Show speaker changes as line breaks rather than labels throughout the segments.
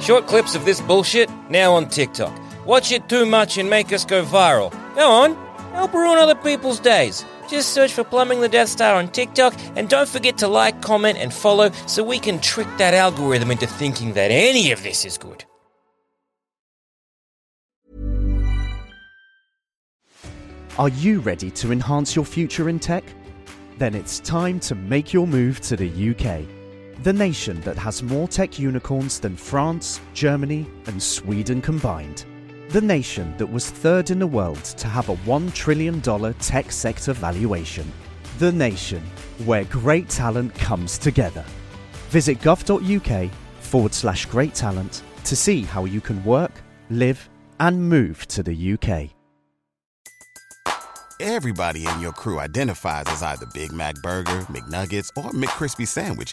Short clips of this bullshit now on TikTok. Watch it too much and make us go viral. Go on, help ruin other people's days. Just search for Plumbing the Death Star on TikTok and don't forget to like, comment, and follow so we can trick that algorithm into thinking that any of this is good.
Are you ready to enhance your future in tech? Then it's time to make your move to the UK, the nation that has more tech unicorns than France, Germany, and Sweden combined. The nation that was third in the world to have a $1 trillion tech sector valuation. The nation where great talent comes together. Visit gov.uk forward slash great talent to see how you can work, live, and move to the UK.
Everybody in your crew identifies as either Big Mac Burger, McNuggets, or McCrispy Sandwich.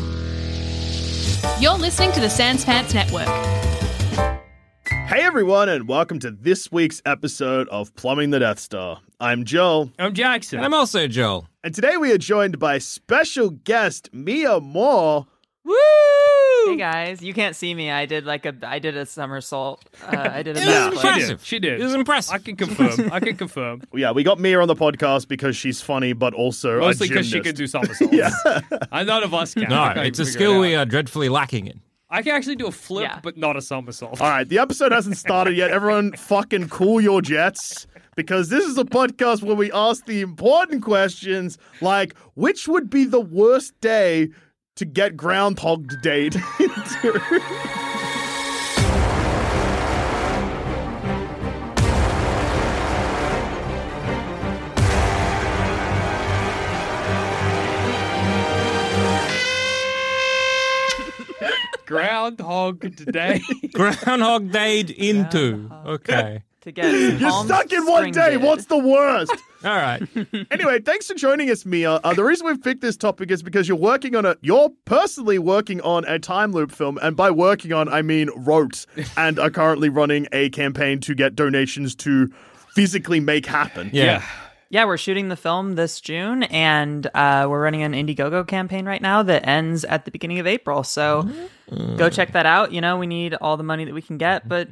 You're listening to the Sans Pants Network.
Hey everyone, and welcome to this week's episode of Plumbing the Death Star. I'm Joel,
I'm Oh, Jackson.
And I'm also Joel.
and today we are joined by special guest Mia Moore.
Woo!
Hey guys, you can't see me. I did like a I did a somersault. Uh, I did a
It was
backflip.
impressive.
She did.
It was impressive.
I can confirm. I can confirm.
Yeah, we got Mia on the podcast because she's funny, but also
Mostly
because
because she can do somersaults. And none of us can. I
No,
can't
it's a
even figure
skill
it
we uh,
out.
are dreadfully lacking in.
I can actually do a flip,
Yeah.
but not a somersault.
All right, the episode hasn't started yet. Everyone, fucking cool your jets because this is a podcast where we ask the important questions like which would be the worst day to get groundhogged date into?
Groundhog today.
Groundhog Dayed into. Okay.
to get some
You're
calm
stuck in one
spring
day.
did.
What's the worst?
All right.
Anyway, thanks for joining us, Mia. Uh, the reason we've picked this topic is because you're working on a, you're personally working on a time loop film, and by working on, I mean wrote, and are currently running a campaign to get donations to physically make happen.
Yeah.
yeah, we're shooting the film this June, and uh, we're running an Indiegogo campaign right now that ends at the beginning of April. So
Mm-hmm.
go check that out. You know, we need all the money that we can get, but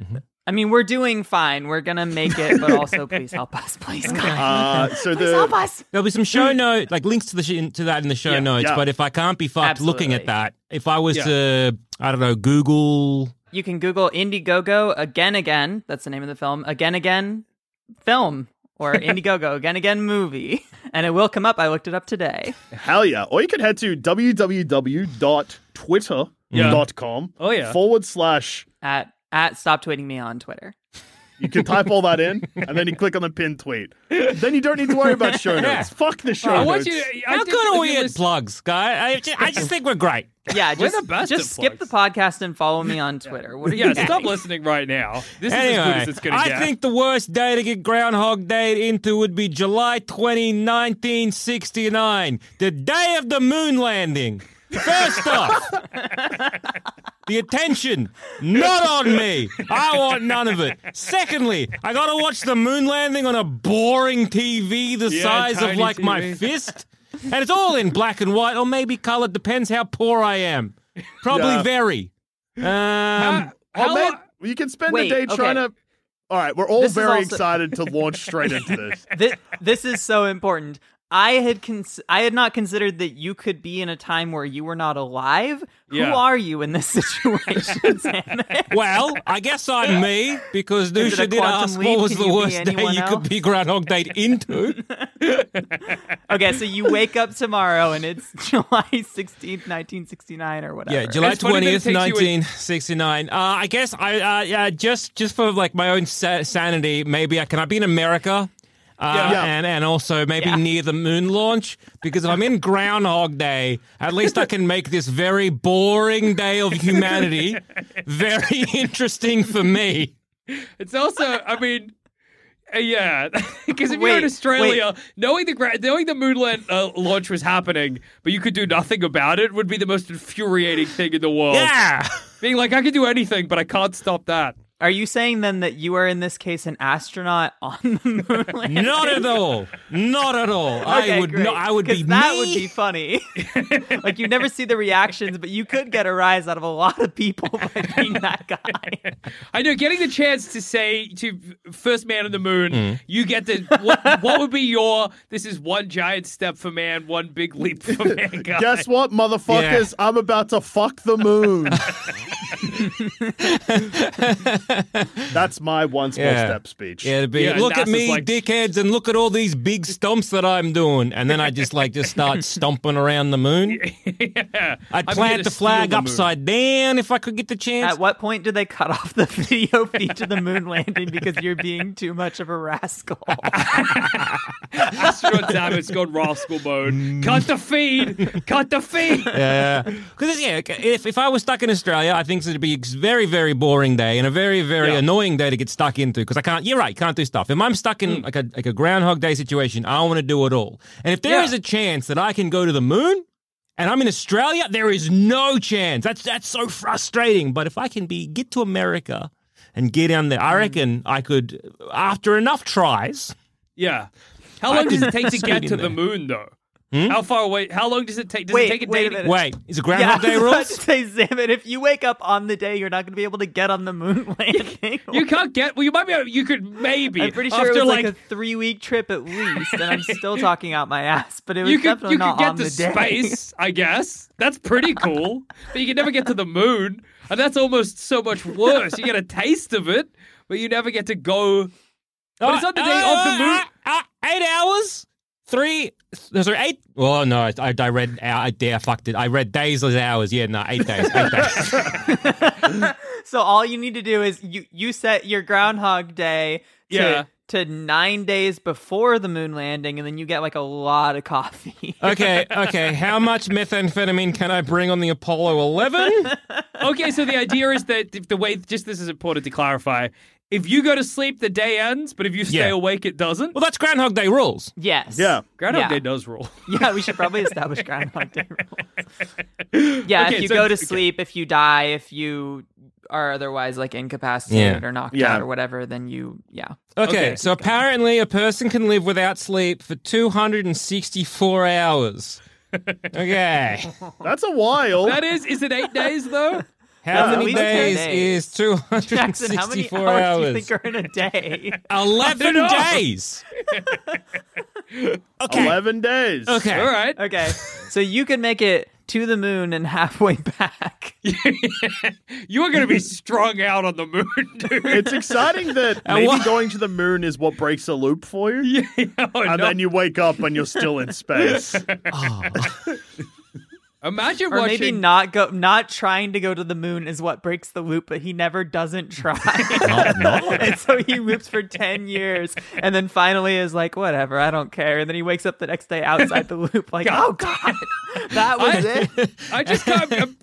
I mean, we're doing fine. We're gonna make it, but also please help us, please God,
Uh, so
please help
the
us.
There'll be some show note, like links to the sh- to that in the show notes.
yeah.
But if I can't be fucked looking at
Absolutely.
that, if I was
Yeah.
to, I don't know, Google.
You can Google Indiegogo again, again. That's the name of the film. Again, again, film or Indiegogo again, again movie, and it will come up. I looked it up today.
hell yeah, or you could head to www.twitter.com
Oh, yeah.
forward slash.
at at stop tweeting me on Twitter.
You can type all that in, and then you click on the pinned tweet. Then you don't need to worry about show notes. Fuck the show
I want
notes.
you. To, I
How
did-
good
if
are
you
we at
listen-
plugs, guy? I just, I just think we're great.
Yeah,
We're
just
the best
just
at
skip the
plugs.
podcast and follow me on Twitter. What are you?
Yeah,
doing?
stop listening right now. This is as good
Anyway,
as it's going to
I
get.
think the worst day to get Groundhog Day into would be July 20, 1969, the day of the moon landing. First off, the attention not on me. I want none of it. Secondly, I gotta watch the moon landing on a boring TV the
Yeah,
size of
tiny
like my
TV.
fist, and it's all in black and white or maybe colored. Depends how poor I am. Probably
Yeah.
very. Um,
Well,
How
man, Uh,
lo-
you can spend
Wait,
the day
okay.
trying to. All right, we're all
This is
very
also-
excited to launch straight into this.
Thi- this is so important. I had cons- I had not considered that you could be in a time where you were not alive.
Yeah.
Who are you in this situation, Sam?
Well, I guess I'm me because
Is it
Nusha
a
did
quantum
ask what
leap?
was
Can
the
you be
worst day
anyone
you could
else?
be Groundhog Day into.
okay, so you wake up tomorrow and it's July sixteenth, nineteen sixty nine, or whatever.
yeah, July
It's funny that
twentieth,
it takes you a-
nineteen sixty nine. Uh, I guess I uh, yeah, just just for like my own sa- sanity, maybe I can I be in America. Uh,
Yeah.
And, and also maybe
Yeah.
near the moon launch because if I'm in Groundhog Day, at least I can make this very boring day of humanity very interesting for me.
It's also, I mean, uh, yeah, because if you're
Wait,
in Australia, knowing the gra- knowing the moonland uh, launch was happening, but you could do nothing about it, would be the most infuriating thing in the world.
Yeah.
being like, I can do anything, but I can't stop that.
Are you saying then that you are in this case an astronaut on the moon? landing?
Not at all. Not at all. I
Okay,
would
great.
not. I would
'Cause
be
that
me.
would be funny. like you never see the reactions, but you could get a rise out of a lot of people by being that guy.
I know getting the chance to say to first man on the moon,
Mm.
you get the what, what would be your this is one giant step for man, one big leap for mankind.
Guess what, motherfuckers? I'm about to fuck the moon. That's my one small
Yeah.
step speech.
Yeah, it'd be,
Yeah, and
look at
NASA's
me,
like-
dickheads, and look at all these big stumps that I'm doing. And then I just like just start stomping around the moon.
yeah.
I'd
I'm here
plant
to
the
steal
flag
the moon.
upside down if I could get the chance.
At what point do they cut off the video feed to the moon landing because you're being too much of a rascal?
Astronaut time has gone rascal mode. Cut the feed. Cut the feed.
Yeah, because yeah, if if I was stuck in Australia, I think it'd be a very very boring day and a very very
Yeah.
annoying day to get stuck into. Because I can't, you're right, can't do stuff. If I'm stuck in like a like a Groundhog Day situation, I want to do it all. And if there
Yeah.
is a chance that I can go to the moon, and I'm in Australia, there is no chance. That's that's so frustrating. But if I can be get to America and get down there, I
Mm.
reckon I could after enough tries.
Yeah. How long does it take to
Speed
get
in
to the
there.
moon though?
Hmm?
How far away? How long does it take? Does
Wait,
it take a
wait
day?
a
to-
minute.
Wait, is it
yeah,
Groundhog
I
Day
was about to
rules?
say, Sam, and if you wake up on the day, you're not going to be able to get on the moon landing.
You can't get. Well, you might be. Able, you could maybe.
I'm pretty sure
after
it was like, a three week trip at least, and I'm still talking out my ass. But it was
you could
definitely
you
not
could get
on
to
the day.
space, I guess. That's pretty cool. but you can never get to the moon, and that's almost so much worse. You get a taste of it, but you never get to go. But it's on the day of the moon.
uh, eight hours, three. No, sorry, eight. Well, no, I, I read. I, I fucked it. I read days as hours. Yeah, no, eight days. Eight days.
So all you need to do is you you set your Groundhog Day to,
Yeah.
to nine days before the moon landing, and then you get like a lot of coffee.
Okay, okay. How much methamphetamine can I bring on the Apollo Eleven?
okay, so the idea is that if the way just this is important to clarify. If you go to sleep, the day ends, but if you stay
Yeah.
awake, it doesn't.
Well, that's Groundhog Day rules.
Yes.
Yeah.
Groundhog
yeah.
Day does rule.
Yeah, we should probably establish Groundhog Day rules. Yeah, if
Okay,
you
so-
go to
okay.
sleep, if you die, if you are otherwise like incapacitated
Yeah.
or knocked
Yeah.
out or whatever, then you yeah.
Okay,
Okay.
so apparently a person can live without sleep for two hundred and sixty-four hours. Okay,
That's a while.
That is, is it eight days though?
how
at
many
least ten
days
days.
is two hundred and
Jackson, how many
sixty-four
hours, do you
hours?
think are in a day?
Eleven
I don't know.
days. okay.
11 days.
Okay.
All right.
Okay, so you can make it to the moon and halfway back.
You are going to be strung out on the moon, dude.
It's exciting that maybe
what-
going to the moon is what breaks the loop for you.
Oh,
And
no.
then you wake up and you're still in space.
Imagine
Or
watching.
maybe not go, not trying to go to the moon is what breaks the loop, but he never doesn't try, and so he loops for ten years, and then finally is like, whatever, I don't care, and then he wakes up the next day outside the loop, like, oh god, that was it.
I just can't. um,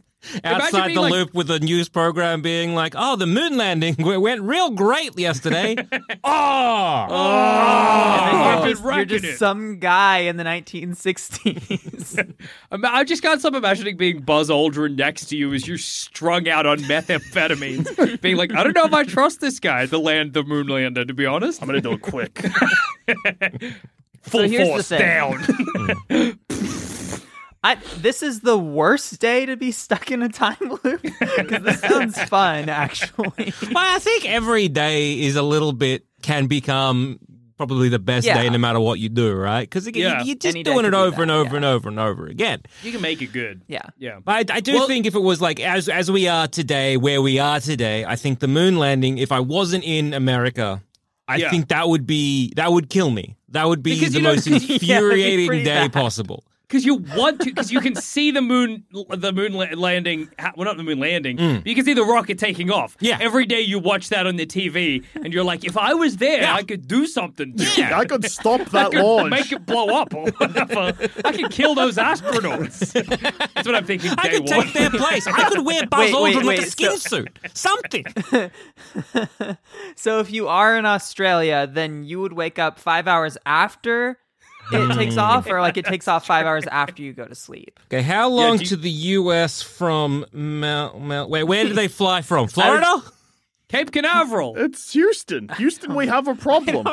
imagine
outside
being
the
like-
loop with a news program being like, "Oh, the moon landing w- went real great yesterday." oh,
I've
You're
been
just- you're
rocking
just
it.
some guy in the 1960s.
Ima- I just can't stop imagining being Buzz Aldrin next to you as you're strung out on methamphetamines, being like, I don't know if I trust this guy, the land, the moon lander, to be honest.
I'm going to do it quick.
Full
here's the
force
thing.
down.
I, this is the worst day to be stuck in a time loop because this sounds fun, actually.
well, I think every day is a little bit can become probably the best
Yeah.
day, no matter what you do, right? Because
Yeah.
you're just
Any day
doing
could
it
be
over
that,
and over
yeah.
and over and over again.
you can make it good.
Yeah.
Yeah.
But I, I do
Well-
think if it was like as as we are today, where we are today, I think the moon landing. If I wasn't in America, I
Yeah.
think that would be that would kill me. That would be
Because
the
you don't-
most
yeah, it'd be
infuriating
pretty
day
bad.
possible.
because you want to, because you can see the moon, the moon la- landing. ha- Well, not the moon landing. But you can see the rocket taking off.
Yeah.
Every day you watch that on the TV, and you're like, if I was there, I could do something. To it.
I could stop that
could
launch.
Make it blow up or whatever. I could kill those astronauts. That's what I'm thinking.
I
day
could
one.
take their place. I could wear Buzz
Wait, wait,
Aldrin
wait,
with a skin suit. Something.
So if you are in Australia, then you would wake up five hours after it takes off, or like it takes off five hours after you go to sleep.
Okay, how long
do you-
to the U.S. from Mount Mount? Wait, where did they fly from? Florida?
Cape Canaveral.
It's Houston. Houston, we have a problem.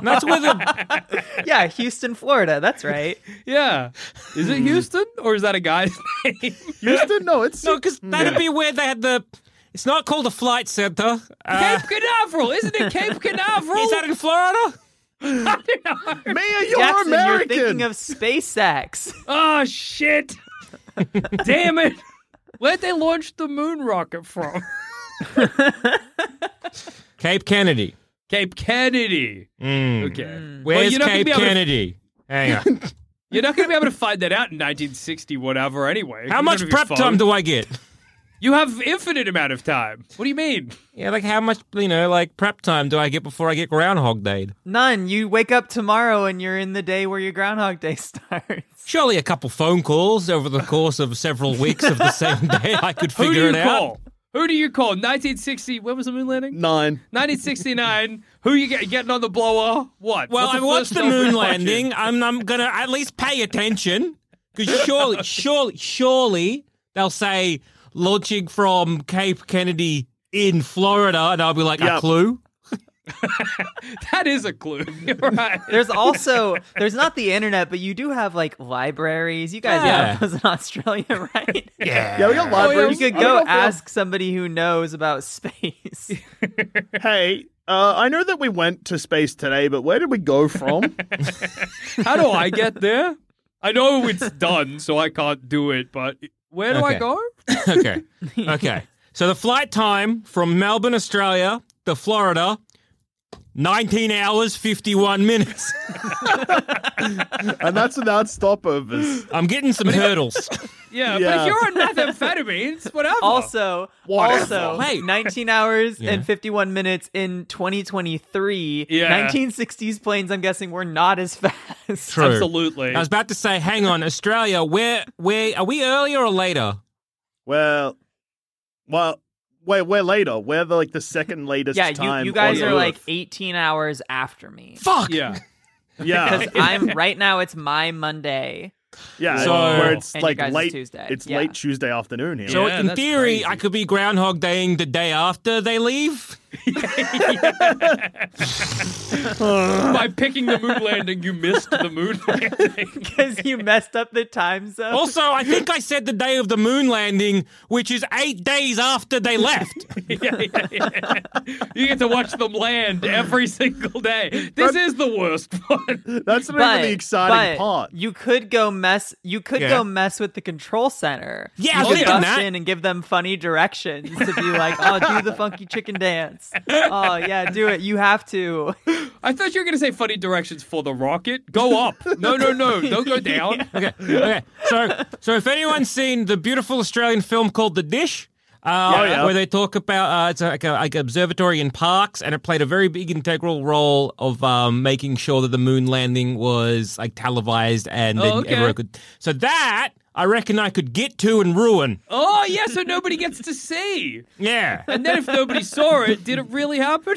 That's where the
Yeah, Houston, Florida. That's right.
Yeah. Is it Houston or is that a guy's name?
Houston, no, it's
no, because that'd be where they had the. It's not called a flight center. Uh,
Cape Canaveral. Isn't it Cape Canaveral?
is that in Florida?
Mia, you're
Jackson, you're
American.
thinking of SpaceX.
oh shit! Damn it! Where'd they launch the moon rocket from?
Cape Kennedy.
Cape Kennedy.
Mm.
Okay. Well,
Where's
you're not gonna
Cape
be able to-
Kennedy? Hang on.
You're not going to be able to find that out in 1960, whatever. Anyway,
How much prep time do I get?
you have? Infinite amount of time. What do you mean?
Yeah, like how much you know, like prep time do I get before I get Groundhog Day?
None. You wake up tomorrow and you're in the day where your Groundhog Day starts.
Surely a couple phone calls over the course of several weeks of the same day, I could figure
Who do you
it out.
call? Who do you call? 1960. When was the moon landing?
Nine.
1969. Who you get, getting on the blower? What?
Well,
What's
I watched
first
the
job you're
moon
watching?
landing. I'm, I'm gonna at least pay attention because surely, surely, surely they'll say launching from Cape Kennedy in Florida, and I'll be like a
Yeah.
clue.
That is a clue. You're right.
There's also there's not the internet, but you do have like libraries. You guys
Yeah.
have those in Australia, right?
Yeah, we got
Or you
libraries.
Oh, could
I don't
go
know if we'll-
ask somebody who knows about space.
Hey, uh, I know that we went to space today, but where did we go from?
How do I get there? I know it's done, so I can't do it, but where do I
Okay.
go?
okay, okay. So the flight time from Melbourne, Australia, to Florida, 19 hours 51 minutes.
and that's without stopovers.
I'm getting some hurdles.
Yeah, but
Yeah.
if you're on methamphetamines, whatever.
Also,
Wonderful.
also,
Wait.
19 hours
Yeah.
and 51 minutes in 2023.
Yeah.
1960s planes, I'm guessing, were not as fast.
True.
Absolutely.
I was about to say, hang on, Australia, where, where are we earlier or later?
Well, well, we're, we're later. We're the, like the second latest
Yeah,
time.
you, you guys
on
are
Earth.
like 18 hours after me.
Fuck.
Yeah.
yeah,
Because I'm right now, it's my Monday.
yeah.
So-
where it's
And you
like
guys, it's
late
Tuesday.
It's
Yeah.
late Tuesday afternoon here.
So
Yeah,
in
that's
theory,
crazy.
I could be Groundhog Daying the day after they leave.
By picking the moon landing, you missed the moon landing.
Because you messed up the time zone.
Also, I think I said the day of the moon landing, which is eight days after they left.
Yeah, yeah, yeah. You get to watch them land every single day. This is the worst one.
That's the
but,
really exciting
but
part.
you could go mess. You could
Yeah.
go mess with the control center.
Yeah, I was
you could
thinking
bust
that.
in and give them funny directions to be like, "Oh, do the funky chicken dance." Oh yeah, do it. You have to.
I thought you were going to say funny directions for the rocket. Go up. No, no, no. Don't go down.
okay, okay. So, so if anyone's seen the beautiful Australian film called The Dish, uh,
Oh,
Yeah, yeah.
where they talk about uh, it's like a, like an observatory in parks, and it played a very big integral role of um, making sure that the moon landing was like televised and then
Oh, okay.
everyone could. So that I reckon I could get to and ruin.
Oh, yeah, so nobody gets to see.
Yeah,
And then if nobody saw it, did it really happen?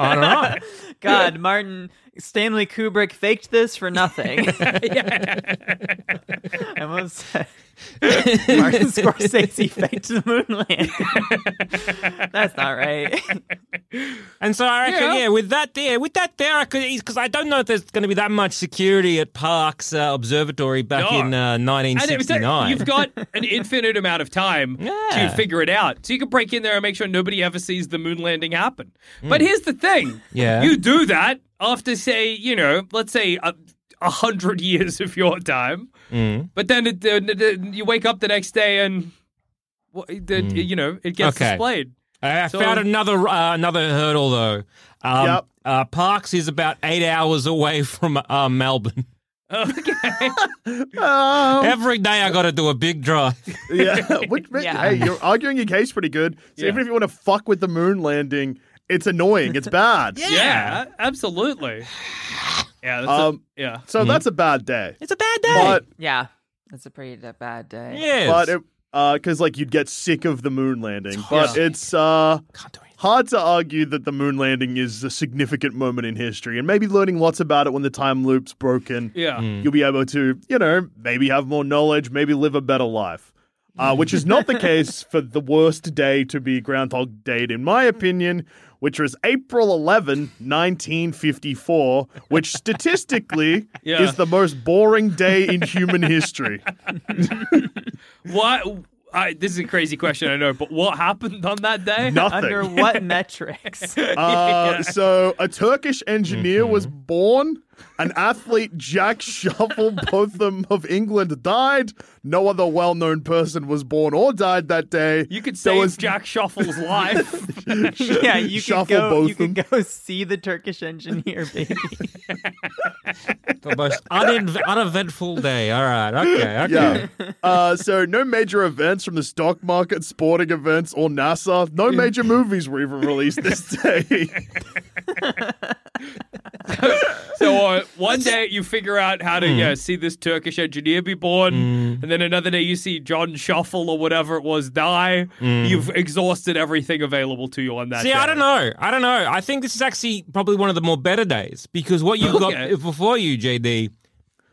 I don't know.
God, Martin Stanley Kubrick faked this for nothing. I'm upset. Martin Scorsese faked the moon landing. That's not right.
And so I reckon,
Yeah.
yeah, with that there, with that there, I could because I don't know if there's going to be that much security at Park's uh, observatory back
No.
in uh,
And it was that-
1969.
You've got an infinite amount of time
Yeah.
to figure it out. So you can break in there and make sure nobody ever sees the moon landing happen. But here's the thing.
Hmm. Yeah.
You do that after, say, you know, let's say a, a hundred years of your time.
Hmm.
But then it, the- the- you wake up the next day and, well, the, you know, it gets
Hmm. Okay.
displayed.
I
So-
found another uh, another hurdle though. Um,
Yep.
uh, Parks is about eight hours away from uh, Melbourne.
Okay.
Um,
Every day I got to do a big drive.
yeah. Which,
Yeah.
Hey, you're arguing your case pretty good. So even if you want to fuck with the moon landing, it's annoying. It's bad.
yeah. absolutely. Yeah. That's
Um,
a, yeah.
So that's a bad day.
It's a bad day.
But
yeah, it's a pretty d- bad day.
Yes.
but it because like you'd get sick of the moon landing. But it's uh hard to argue that the moon landing is a significant moment in history, and maybe learning lots about it when the time loop's broken.
Yeah.
You'll be able to, you know, maybe have more knowledge, maybe live a better life. Uh, which is not the case for the worst day to be Groundhog Day, in my opinion, which was April 11, 1954, which statistically
Yeah.
is the most boring day in human history.
Why? I, this is a crazy question, I know, but what happened on that day?
Nothing.
Under what metrics?
Uh, So a Turkish engineer was born. An athlete, Jack Shuffle Botham of England, died. No other well-known person was born or died that day.
You could
There
save
was-
Jack Shuffle's life.
yeah, you could
Shuffle
go. You
Botham.
could go see the Turkish engineer, baby.
the most unin- uneventful day. All right. Okay. Okay.
Yeah. Uh, so no major events from the stock market, sporting events, or NASA. No major movies were even released this day.
so uh, one day you figure out how to
Mm.
yeah, see this Turkish engineer be born, and then another day you see John Shuffle or whatever it was die.
Mm.
You've exhausted everything available to you on that
See,
day.
I don't know. I don't know. I think this is actually probably one of the more better days because what you've
Okay.
got before you, JD,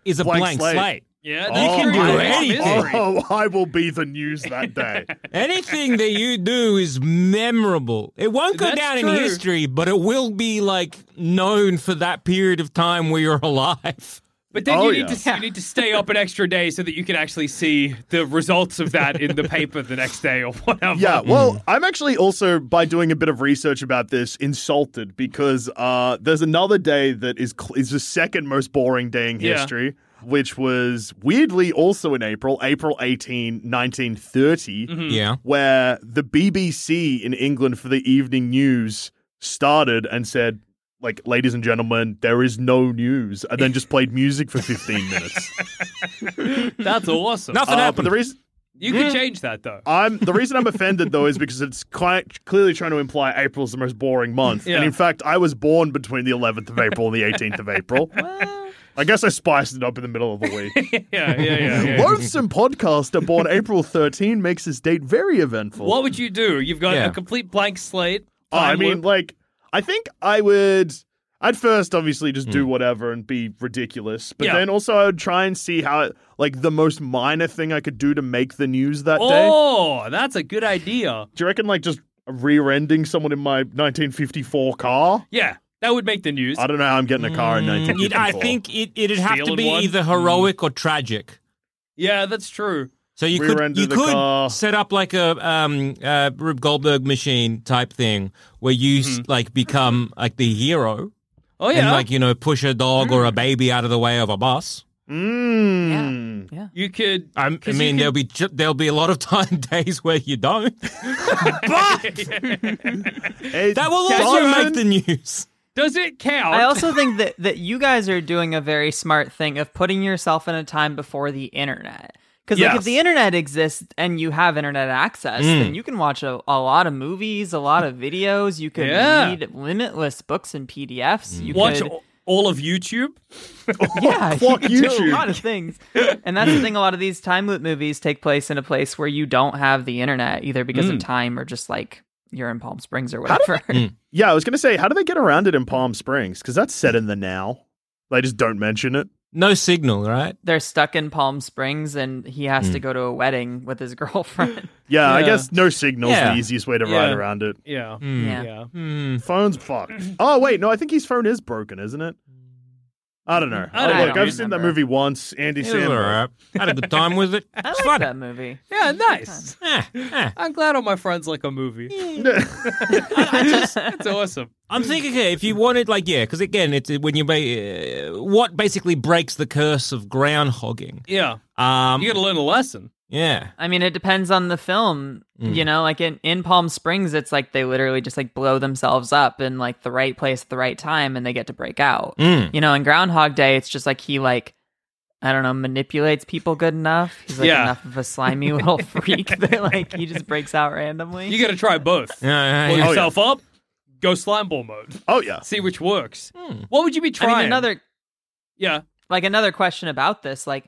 is a
Blank
blank,
slate.
slate.
Yeah,
You can do
I-
anything.
misery.
oh, I will be the news that day.
Anything that you do is memorable. It won't go
That's
down in
true.
history, but it will be like known for that period of time where you're alive.
But then
Oh,
you need
yeah.
to you need to stay up an extra day so that you can actually see the results of that in the paper the next day or whatever.
Yeah, well, I'm actually also by doing a bit of research about this insulted because uh, there's another day that is cl- is the second most boring day in
Yeah.
history, which was weirdly also in April, April 18, 1930,
Hmm.
Yeah.
where the BBC in England for the evening news started and said, like, ladies and gentlemen, there is no news, and then just played music for 15 minutes.
that's awesome.
Nothing
Uh, but
happened. Mm.
the reason.
You can change that though.
I'm the reason I'm offended though is because it's quite clearly trying to imply April's the most boring month.
Yeah.
And in fact, I was born between the 11th of April and the 18th of April. I guess I spiced it up in the middle of the week.
Yeah, yeah, yeah. yeah.
Loathsome podcaster born April 13 makes this date very eventful.
What would you do? You've got
Yeah.
a complete blank slate.
Oh, I
time
mean,
loop.
like, I think I would. I'd first obviously just do whatever and be ridiculous, but
Hmm. Yeah.
then also I would try and see how, like, the most minor thing I could do to make the news that day.
oh, that's a good idea.
Do you reckon like just rear-ending someone in my 1954 car?
Yeah, that would make the news.
I don't know how I'm getting a car in
You'd-
1954.
I think it, it'd have to
Stealing
be
one? Hmm.
either heroic or tragic.
Yeah, that's true.
So you
Rear
could
end of
you
the
could
car.
set up like a um, uh, Rube Goldberg machine type thing where you s like become like the hero
Oh Mm-hmm. yeah, Mm.
and like you know push a dog or a baby out of the way of a bus.
Hmm.
Mm.
you could.
I, I mean,
'cause you
there'll
could-
be ju- there'll be a lot of time days where you don't.
It
That will also
doesn't-
make the news.
Does it count?
I also think that that you guys are doing a very smart thing of putting yourself in a time before the internet. Because like
Yes. Mm.
if the internet exists and you have internet access, then you can watch a, a lot of movies, a lot of videos. You can
Yeah.
read limitless books and PDFs. You
watch
could,
a- all of YouTube.
yeah,
Fuck
you can do
YouTube.
a lot of things. And that's the thing. A lot of these time loop movies take place in a place where you don't have the internet either because
Mm.
of time or just like you're in Palm Springs or whatever.
Yeah, I was gonna say, how do they get around it in Palm Springs? Because that's set in the now. They just don't mention it.
No signal, right?
They're stuck in Palm Springs, and he has to go to a wedding with his girlfriend.
Yeah, I
Yeah.
guess no signal's
Yeah.
the easiest way to
Yeah.
ride around it.
Yeah,
Yeah.
yeah.
Hmm.
Phone's fucked. Oh wait, no, I think his phone is broken, isn't it? I don't know. Oh,
I don't
Look,
know.
I've seen that
Remember.
movie once. Andy
It was all
Samberg.
right. Had a good time with it.
I
It's
like
fun.
that movie.
Yeah, nice.
Ah, ah.
I'm glad all my friends like a movie. That's awesome.
I'm thinking here, if you wanted, like, yeah, because again, it's when you ba- uh, what basically breaks the curse of groundhogging.
Yeah,
Um,
you got to learn a lesson.
yeah,
I mean, it depends on the film. You know, like in, in Palm Springs, it's like they literally just like blow themselves up in like the right place at the right time and they get to break out. You know, in Groundhog Day, it's just like he like I don't know, manipulates people good enough. He's like
Yeah.
enough of a slimy little freak that like he just breaks out randomly.
You got to try both.
Yeah, Oh,
Pull
Uh, yeah, yeah.
yourself up, go slime ball mode.
Oh yeah.
See which works. What would you be
I
trying?
mean, another
Yeah.
like another question about this like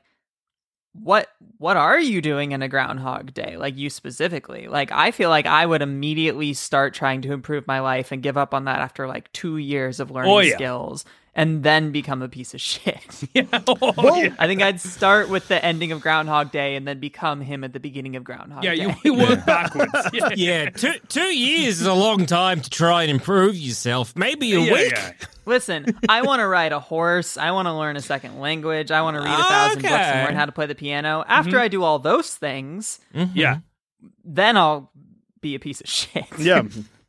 what what are you doing in a groundhog day like you specifically like i feel like i would immediately start trying to improve my life and give up on that after like 2 years of learning
Oh, yeah.
skills and then become a piece of shit
Yeah. Oh, yeah.
i think i'd start with the ending of groundhog day and then become him at the beginning of groundhog
Yeah,
day
you, you work backwards. Yeah.
Yeah, two two years is a long time to try and improve yourself. Maybe a
Yeah,
week.
yeah.
Listen, I want to ride a horse. I want to learn a second language. I want to read a thousand books
Okay.
and learn how to play the piano.
Mm-hmm.
After I do all those things,
Yeah.
then I'll be a piece of shit.
Yeah.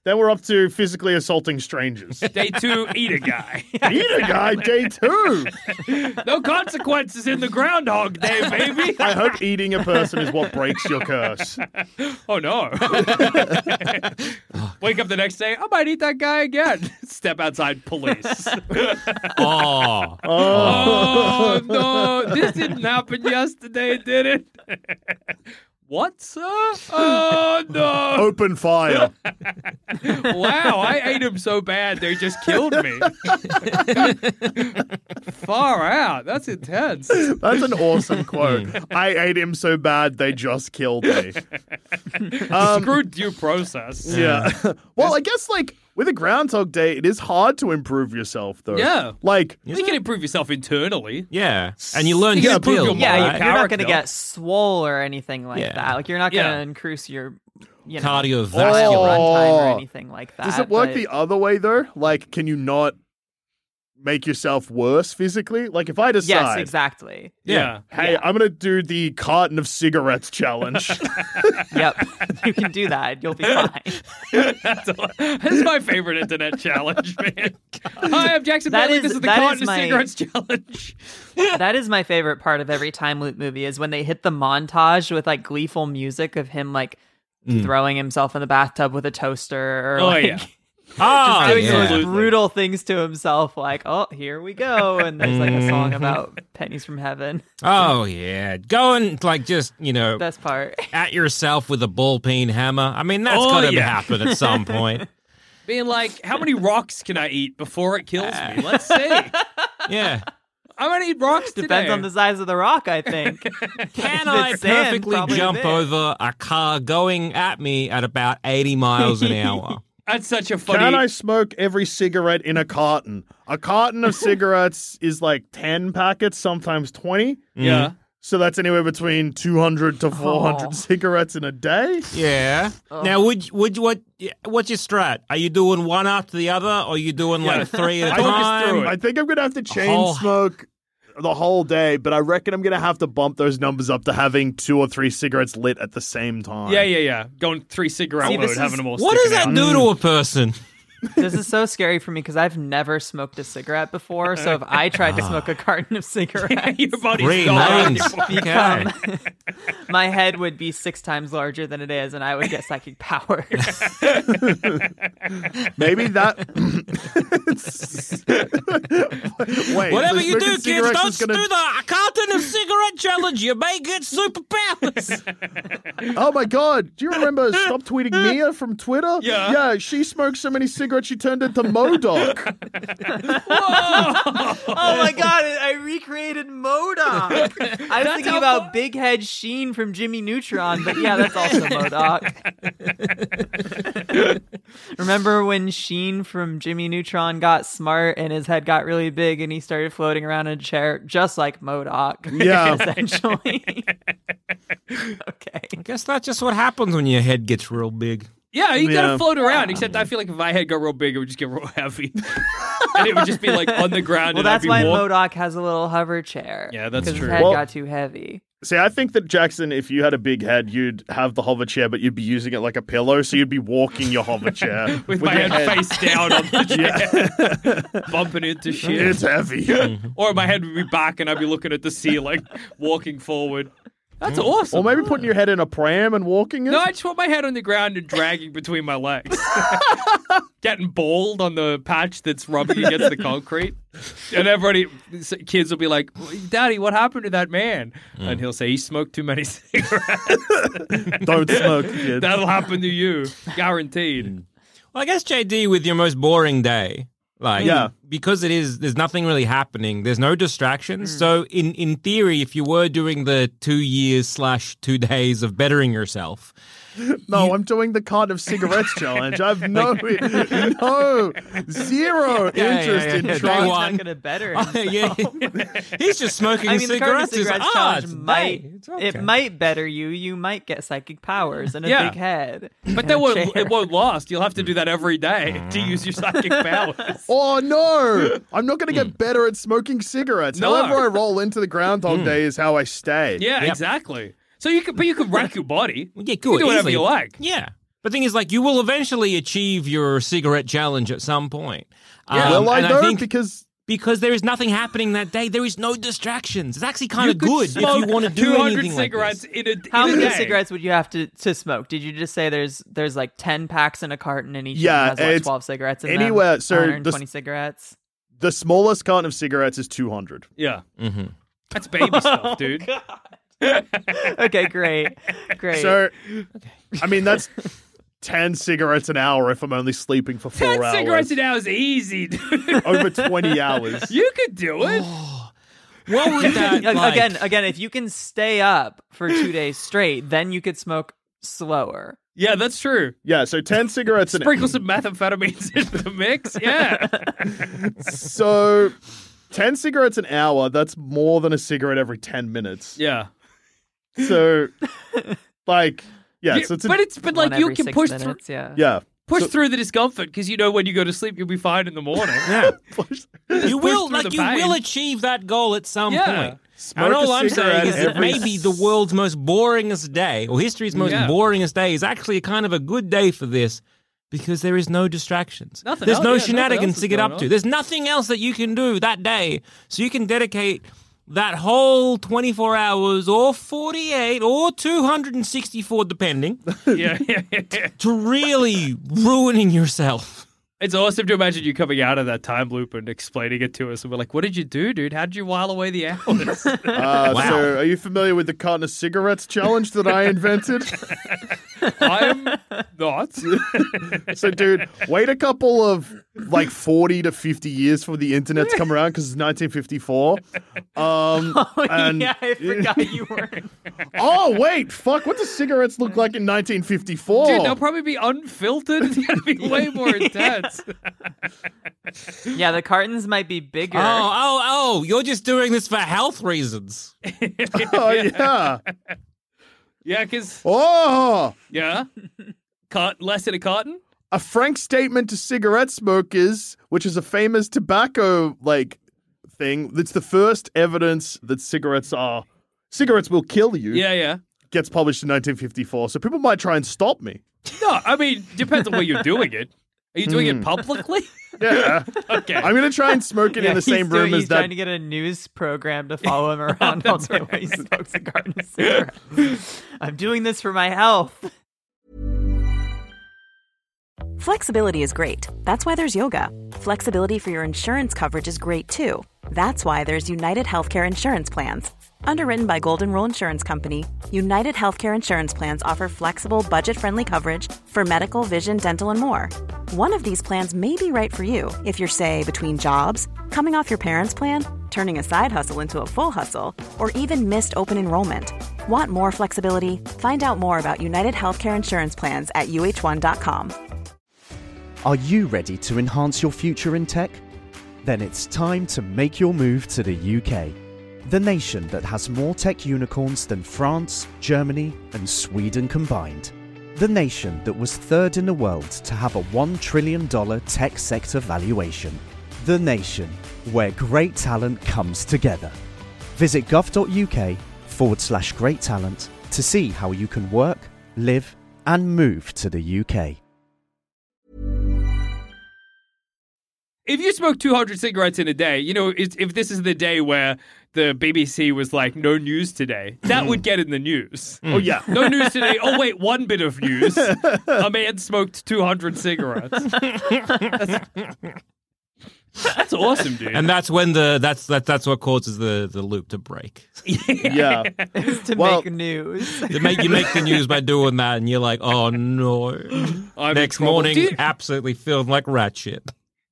then we're up to physically assaulting strangers.
Day two, eat a guy.
Eat a guy day two.
No consequences in the Groundhog Day, baby.
I hope eating a person is what breaks your curse.
Oh no. Wake up the next day, I might eat that guy again. Step outside, police.
Oh,
oh no, this didn't happen yesterday, did it? what, sir? Oh no.
Open fire.
Wow, I ate him so bad they just killed me. Far out. That's intense.
That's an awesome quote. I ate him so bad they just killed me. Um,
Screw due process.
Yeah. well, I guess like with a Groundhog Day, it is hard to improve yourself though.
Yeah.
Like
You can improve yourself internally.
yeah. And you learn
You can
skills.
improve your
Yeah,
Right.
right?
you- you're not going
Character.
to get swole or anything like
Yeah.
that. Like you're not going to
Yeah.
increase your you know,
cardiovascular.
oil runtime or
Oh.
anything like that.
does it work
but-
the other way though? Like, can you not make yourself worse physically? Like if I decide
Yes, exactly.
Yeah.
Hey, I'm gonna do the carton of cigarettes challenge.
Yep, you can do that. You'll be fine.
That's a- that's my favorite internet challenge, man. Hi, I'm Jackson
That
Bailey.
is-
this is the
that
Cotton
is
to
my-
Cigarettes Challenge.
that is my favorite part of every time loop movie is when they hit the montage with like gleeful music of him like throwing himself in the bathtub with a toaster or
Oh,
like
yeah.
Oh,
doing
yeah.
those
Absolutely.
brutal things to himself like oh here we go and there's like a song about pennies from heaven
Oh yeah, going like just you know
best part
at yourself with a ball peen hammer. I mean that's
Oh,
got to
yeah.
happen at some point.
Being like, how many rocks can I eat before it kills me? Let's see. I'm
Yeah.
going to eat rocks today.
depends on the size of the rock i think
Can
If
I
it's sand,
perfectly
probably
jump
a bit.
over a car going at me at about 80 miles an hour?
That's such a funny...
Can I smoke every cigarette in a carton? A carton of cigarettes is like ten packets, sometimes twenty.
Yeah.
So that's anywhere between 200 to 400
Oh.
cigarettes in a day.
Yeah. Now, would would what what's your strat? Are you doing one after the other, or are you doing like three at a
Talk us through
time?
it.
I think I'm going to have to chain
whole-
smoke the whole day, but I reckon I'm going to have to bump those numbers up to having two or three cigarettes lit at the same time.
Yeah, yeah, yeah. Going three cigarette
See,
mode,
this
having
is-
them all
What
sticking
does that
out.
do to a person?
this is so scary for me because i've never smoked a cigarette before so if i tried to smoke a carton of cigarettes
Your body's
Green
gone.
lines. Okay.
become my head would be six times larger than it is and i would get psychic powers
Maybe that. Wait,
Whatever
so
you
smoking
do, kids,
cigarettes
don't
is gonna-
do the carton of cigarette challenge. You may get superpowers.
Oh my God. Do you remember Stop Tweeting Mia from Twitter?
Yeah.
Yeah, she smoked so many cigarettes she turned into Modoc.
Oh my god, I recreated Modoc. I was thinking about Big Head Sheen from Jimmy Neutron, but yeah, that's also Modoc. Remember when Sheen from Jimmy Neutron got smart and his head got really big and he started floating around in a chair just like Modoc?
Yeah.
Essentially. okay.
I guess that's just what happens when your head gets real big.
Yeah, you
Yeah.
gotta float around. Except I feel like if my head got real big, it would just get real heavy, and it would just be like on the ground.
Well,
and I'd
that's
be
why
walk-
Modoc has a little hover chair.
Yeah, that's
'cause
true.
His head
Well-
got too heavy.
See, I think that Jackson, if you had a big head, you'd have the hover chair, but you'd be using it like a pillow, so you'd be walking your hover chair
with, my
your
head, face down on the chair, bumping into shit.
It's heavy.
or my head would be back and I'd be looking at the ceiling, walking forward. That's
or
awesome.
maybe putting your head in a pram and walking it.
no, I just want my head on the ground and dragging between my legs. getting bald on the patch that's rubbing against the concrete. And everybody, s- kids will be like, Daddy, what happened to that man? And he'll say, He smoked too many cigarettes.
Don't smoke, kids.
That'll happen to you,
Mm.
guaranteed.
Well, I guess JD with your most boring day, like
Yeah.
because it is there's nothing really happening. There's no
Hmm.
distractions. So in in theory, if you were doing the two years slash two days of bettering yourself,
No, I'm doing the kind of cigarettes challenge. I've no, no, zero
Yeah, yeah,
interest
yeah, yeah.
in
Day
trying.
one.
not gonna better.
yeah, he's just smoking
I mean, the carbon
cigarettes. He's
cigarettes
like, "Ah,
challenge
it's
might
day. It's
it
okay."
might better you. You might get psychic powers and a
Yeah.
big head.
But
and a
that won't,
chair.
it won't last. You'll have to do that every day to use your psychic powers.
Oh no! I'm not going to get better at smoking cigarettes.
Hmm. No. Hmm.
However, I roll into the Groundhog Day is how I stay.
Yeah, exactly. So you could, but you could rack your body.
Yeah,
You
cool.
can do whatever
easily.
you like.
Yeah. But the thing is, like, you will eventually achieve your cigarette challenge at some point. Um,
Will I
and
though?
think
because
because there is nothing happening that day, there is no distractions. It's actually kind
You
of
could
good if you
smoke
want to do
200
anything like
cigarettes
this.
in a
How
in a
many
day.
cigarettes would you have to, to smoke? Did you just say there's there's like ten packs in a carton and each
Yeah,
one has like
it's
twelve cigarettes in
anywhere-
them?
so the-
120 cigarettes.
the smallest carton of cigarettes is 200.
Yeah. Mm-hmm. That's baby
Oh,
stuff, dude.
Okay, great, great.
So, I mean, that's 10 cigarettes an hour if I'm only sleeping for four
Ten
hours.
cigarettes an hour is easy, dude.
Over 20 hours.
you could do it.
Oh. What would that
A-
like,
again, again, if you can stay up for two days straight, then you could smoke slower.
Yeah, that's true.
Yeah, so 10 cigarettes an
Sprinkle some methamphetamines into the mix. Yeah.
So, 10 cigarettes an hour, that's more than a cigarette every 10 minutes.
Yeah.
So, like, yeah, so it's a,
but it's but
One
like you
every
can
six
push through
minutes, yeah.
yeah.
push through the discomfort because you know when you go to sleep you'll be fine in the morning.
Yeah. you
push
will
through
like
the
you will
pain.
achieve that goal at some
Yeah.
point.
Smoke
and
a
all I'm
cigarette
saying is that
every
maybe the world's most boringest day, or history's most
Yeah.
boringest day, is actually a kind of a good day for this because there is no distractions.
Nothing
There's
else-
no
yeah, nothing else
shenanigans
is
to get
going
up
on.
to. There's nothing else that you can do that day, so you can dedicate that whole 24 hours or 48 or 264 depending
yeah, yeah, yeah.
to really ruining yourself.
It's awesome to imagine you coming out of that time loop and explaining it to us, and we're like, "What did you do, dude? How did you while away the hours?"
Uh,
Wow.
So, are you familiar with the carton of cigarettes challenge that I invented?
I'm not.
so, dude, wait a couple of like 40 to 50 years for the internet to come around because it's 1954. Um,
Oh,
and-
yeah, I forgot you were.
oh, wait, fuck, what do cigarettes look like in 1954?
Dude, they'll probably be unfiltered. It's gonna be way more intense.
Yeah, the cartons might be bigger.
Oh, oh, oh, you're just doing this for health reasons.
oh, yeah.
Yeah, because
Oh,
yeah, Cot- less in a cotton.
a frank statement to cigarette smokers, which is a famous tobacco like thing. That's the first evidence that cigarettes are cigarettes will kill you.
Yeah, yeah.
gets published in 1954. So people might try and stop me.
No, I mean depends on where you're doing it. Are you doing it publicly?
Yeah,
Okay.
I'm gonna try and smoke it
Yeah,
in the
he's
same
doing-
room
he's
as that.
trying to get a news program to follow him around all day while he smokes a carton of cigarettes. I'm doing this for my health.
Flexibility is great. That's why there's yoga. Flexibility for your insurance coverage is great too. That's why there's United Healthcare Insurance Plans. Underwritten by Golden Rule Insurance Company, United Healthcare Insurance Plans offer flexible, budget friendly coverage for medical, vision, dental, and more. One of these plans may be right for you if you're, say, between jobs, coming off your parents' plan, turning a side hustle into a full hustle, or even missed open enrollment. Want more flexibility? Find out more about United Healthcare Insurance Plans at uh1.com.
Are you ready to enhance your future in tech? Then it's time to make your move to the UK, the nation that has more tech unicorns than France, Germany, and Sweden combined. The nation that was third in the world to have a $1 trillion tech sector valuation. The nation where great talent comes together. Visit gov.uk forward slash great talent to see how you can work, live, and move to the UK.
if you smoke 200 cigarettes in a day, you know, it's, if this is the day where the BBC was like, no news today, that would get in the news.
Oh yeah.
No news today. Oh, wait, one bit of news. A man smoked 200 cigarettes. That's, that's awesome, dude.
And that's when the that's that, that's what causes the the loop to break.
Yeah.
is to
Well-
make news.
You make you make the news by doing that, and you're like, oh no.
I'm in
Next
trouble.
morning,
Do you,
absolutely feeling like rat shit.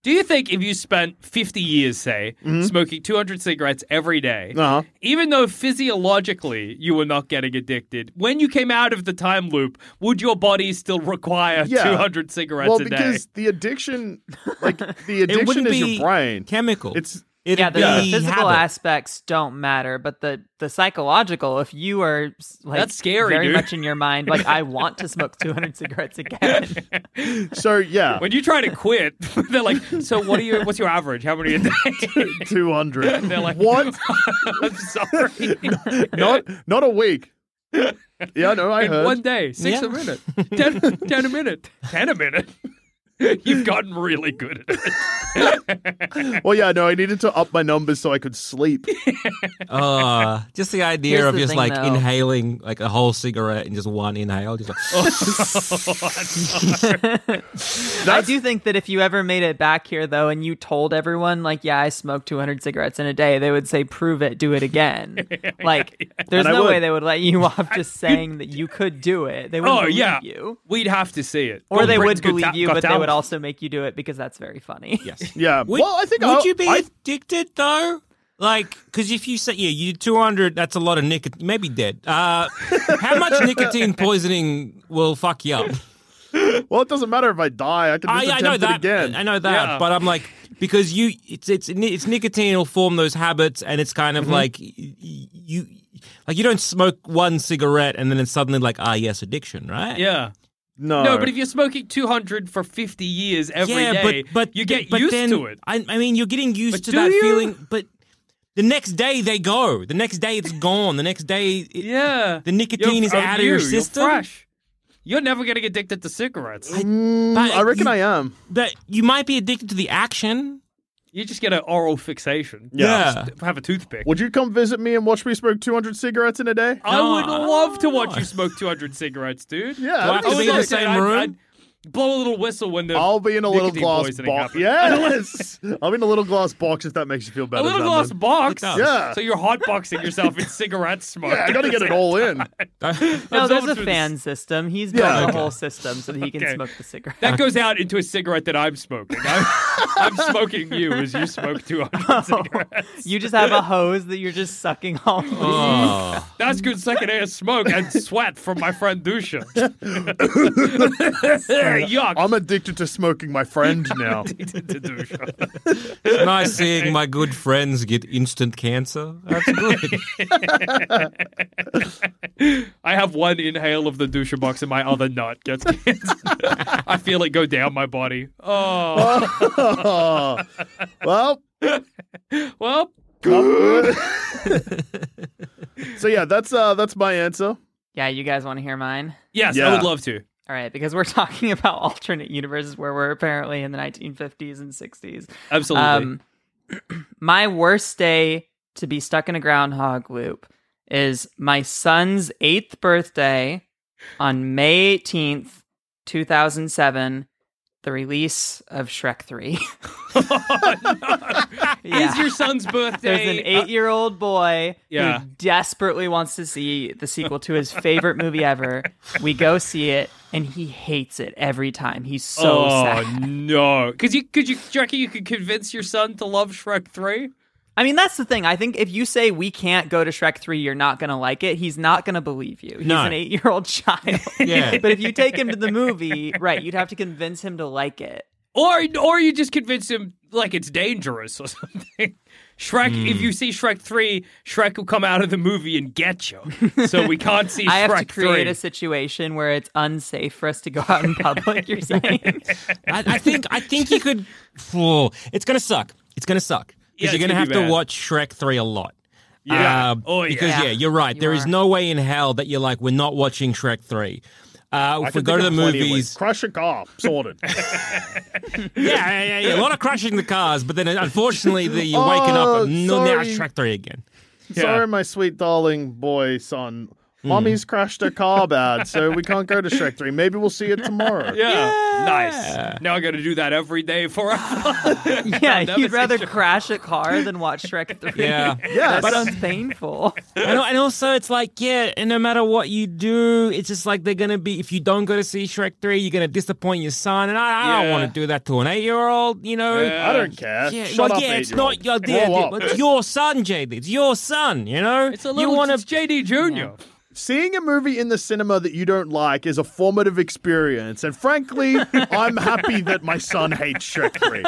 do you think if you spent 50 years, say, smoking 200 cigarettes every day,
Mm-hmm. Uh-huh.
even though physiologically you were not getting addicted, when you came out of the time loop, would your body still require
Yeah.
200 cigarettes
Well,
a day?
because the addiction, like the
It
addiction
wouldn't
is
be
your brain.
chemical.
It's-
It'd
yeah, the,
be
the physical
habit.
aspects don't matter, but the the psychological, if you are s- like
That's scary,
very
dude.
much in your mind, like I want to smoke 200 cigarettes again.
So yeah,
when you try to quit, they're like, "So what are you? What's your average? How many a day?"
two hundred.
They're like,
what?
I'm sorry.
not not a week. Yeah, no, I
In
heard.
one day, six
Yeah.
a minute, ten, ten a minute, ten a minute. You've gotten really good at it.
Well, yeah, no, I needed to up my numbers so I could sleep.
Uh, just the idea
Here's
of
the
just
thing,
like
though.
inhaling like a whole cigarette and just one inhale. Just like,
I do think that if you ever made it back here though, and you told everyone like, yeah, I smoked 200 cigarettes in a day, they would say, prove it, do it again. Like, there's
And I
no way
would.
they would let you off just saying that you could do it. They wouldn't
Oh
believe
yeah,
you.
we'd have to see it,
Or
Oh,
they
Britain's
would
good
believe
ta-
you,
got
but they
talent.
would also make you do it because that's very funny.
yes.
Yeah.
Would,
well, I think
would
I'll-
you be
I,
addicted though? Like, because if you say yeah, you two hundred, that's a lot of nicotine. Maybe dead. Uh, how much nicotine poisoning will fuck you up?
well, it doesn't matter if I die. I can
I,
just
I
attempt
know
it
that.
again.
I know that.
Yeah.
But I'm like because you, it's it's ni- it's nicotine will form those habits, and it's kind of
Mm-hmm.
like y- y- you, like you don't smoke one cigarette and then it's suddenly like ah yes addiction right
Yeah.
No.
No, but if you're smoking 200 for 50 years every day, you get
but
used
then-
to it.
I, I mean, you're getting used
But
to
do
that
you?
feeling, but the next day they go. The next day it's gone. The next day, it,
Yeah.
the nicotine
You're-
is
oh,
out of your
you,
system.
You're fresh. You're never going to get addicted to cigarettes.
but
Mm, I reckon
you,
I am.
But you might be addicted to the action.
You just get an oral fixation.
Yeah.
Just have a toothpick.
Would you come visit me and watch me smoke 200 cigarettes in a day?
I would
No.
love to watch you smoke 200 cigarettes, dude.
Do
Yeah,
I
I
have
would
to Ah. be in
love
the
to.
same
I'd-
room?
I'd blow a little whistle when the
I'll be in a little
nicotine
glass
poisoning
box.
happens.
Yes. I'll be in a little glass box if that makes you feel
A
better.
little
Zaman.
glass box.
does.
Yeah.
So you're hotboxing yourself in cigarette smoke.
Yeah, I gotta get it all in.
No,
Absorb
there's
it
a
through the
fan system. He's built
Yeah,
a
okay.
whole system so that he can
Okay.
smoke the cigarette.
Uh,
That goes out into a cigarette that I'm smoking. I'm, I'm smoking you as you smoke 200 cigarettes.
you just have a hose that you're just sucking off.
Oh,
That's good secondhand smoke and sweat from my friend Dusha. Yuck.
I'm addicted to smoking my friend now.
addicted to Dusha.
it's nice seeing my good friends get instant cancer. That's good.
I have one inhale of the Dusha box and my other nut gets cancer. I feel it go down my body. Oh.
Ah. well,
Well,
so yeah, that's uh that's my answer.
yeah, you guys want to hear mine?
yes, I
Yeah.
would love to.
All right, because we're talking about alternate universes where we're apparently in the 1950s and 60s.
Absolutely.
my worst day to be stuck in a groundhog loop is my son's eighth birthday on May 18th, 2007, the release of Shrek 3. yeah.
It's Oh, your son's
There's
birthday.
an eight year old boy
uh, yeah.
who desperately wants to see the sequel to his favorite movie ever. We go see it, and he hates it every time. He's so
oh
sad.
no! Could you could you do you reckon you could convince your son to love Shrek three?
I mean, that's the thing. I think if you say we can't go to Shrek 3, you're not going to like it, he's not going to believe you. He's
No.
an eight year old child.
Yeah.
but if you take him to the movie, right, you'd have to convince him to like it.
Or or you just convince him like it's dangerous or something. Shrek,
Hmm.
if you see Shrek three, Shrek will come out of the movie and get you. So we can't see
I
Shrek
have to create
three.
a situation where it's unsafe for us to go out in public, you're saying?
I, I think I think you could. Oh, it's gonna suck. It's gonna suck
Yeah,
because
it's
you're gonna
gonna
have
be
to
bad.
watch Shrek three a lot.
Yeah.
Uh,
Oh, yeah.
Because yeah, you're right.
You
There is
are.
no way in hell that you're like we're not watching Shrek three. Uh,
I
if we
can
go to
think
the
of plenty of ways.
movies,
Crush a car. Sorted.
yeah, yeah, yeah, yeah, a lot of crushing the cars, but then uh, unfortunately, the, you're waking
Oh,
up and no, now
sorry.
it's track three again.
Sorry, my sweet darling boy son. Mommy's crashed her car bad, so we can't go to Shrek 3. Maybe we'll see it tomorrow.
Yeah. Nice. Now I got to do that every day forever.
Yeah,
never
you'd
see
rather
Shrek.
crash a car than watch Shrek 3.
Yeah.
Yes.
That sounds painful.
and, and also it's like yeah and no matter what you do it's just like they're gonna be if you don't go to see shrek 3 you're gonna disappoint your son and i, I don't
Yeah.
want to do that to an eight-year-old you know
Yeah.
I don't care.
Yeah,
Uh, Shut
like,
up,
yeah, it's
eight-year-old.
not your yeah,
Grow
yeah,
up.
but it's your son, JD. It's your son, you know?
It's a
you
little.
wanna-
it's JD Junior.
Seeing a movie in the cinema that you don't like is a formative experience, and frankly, I'm happy that my son hates Shrek 3.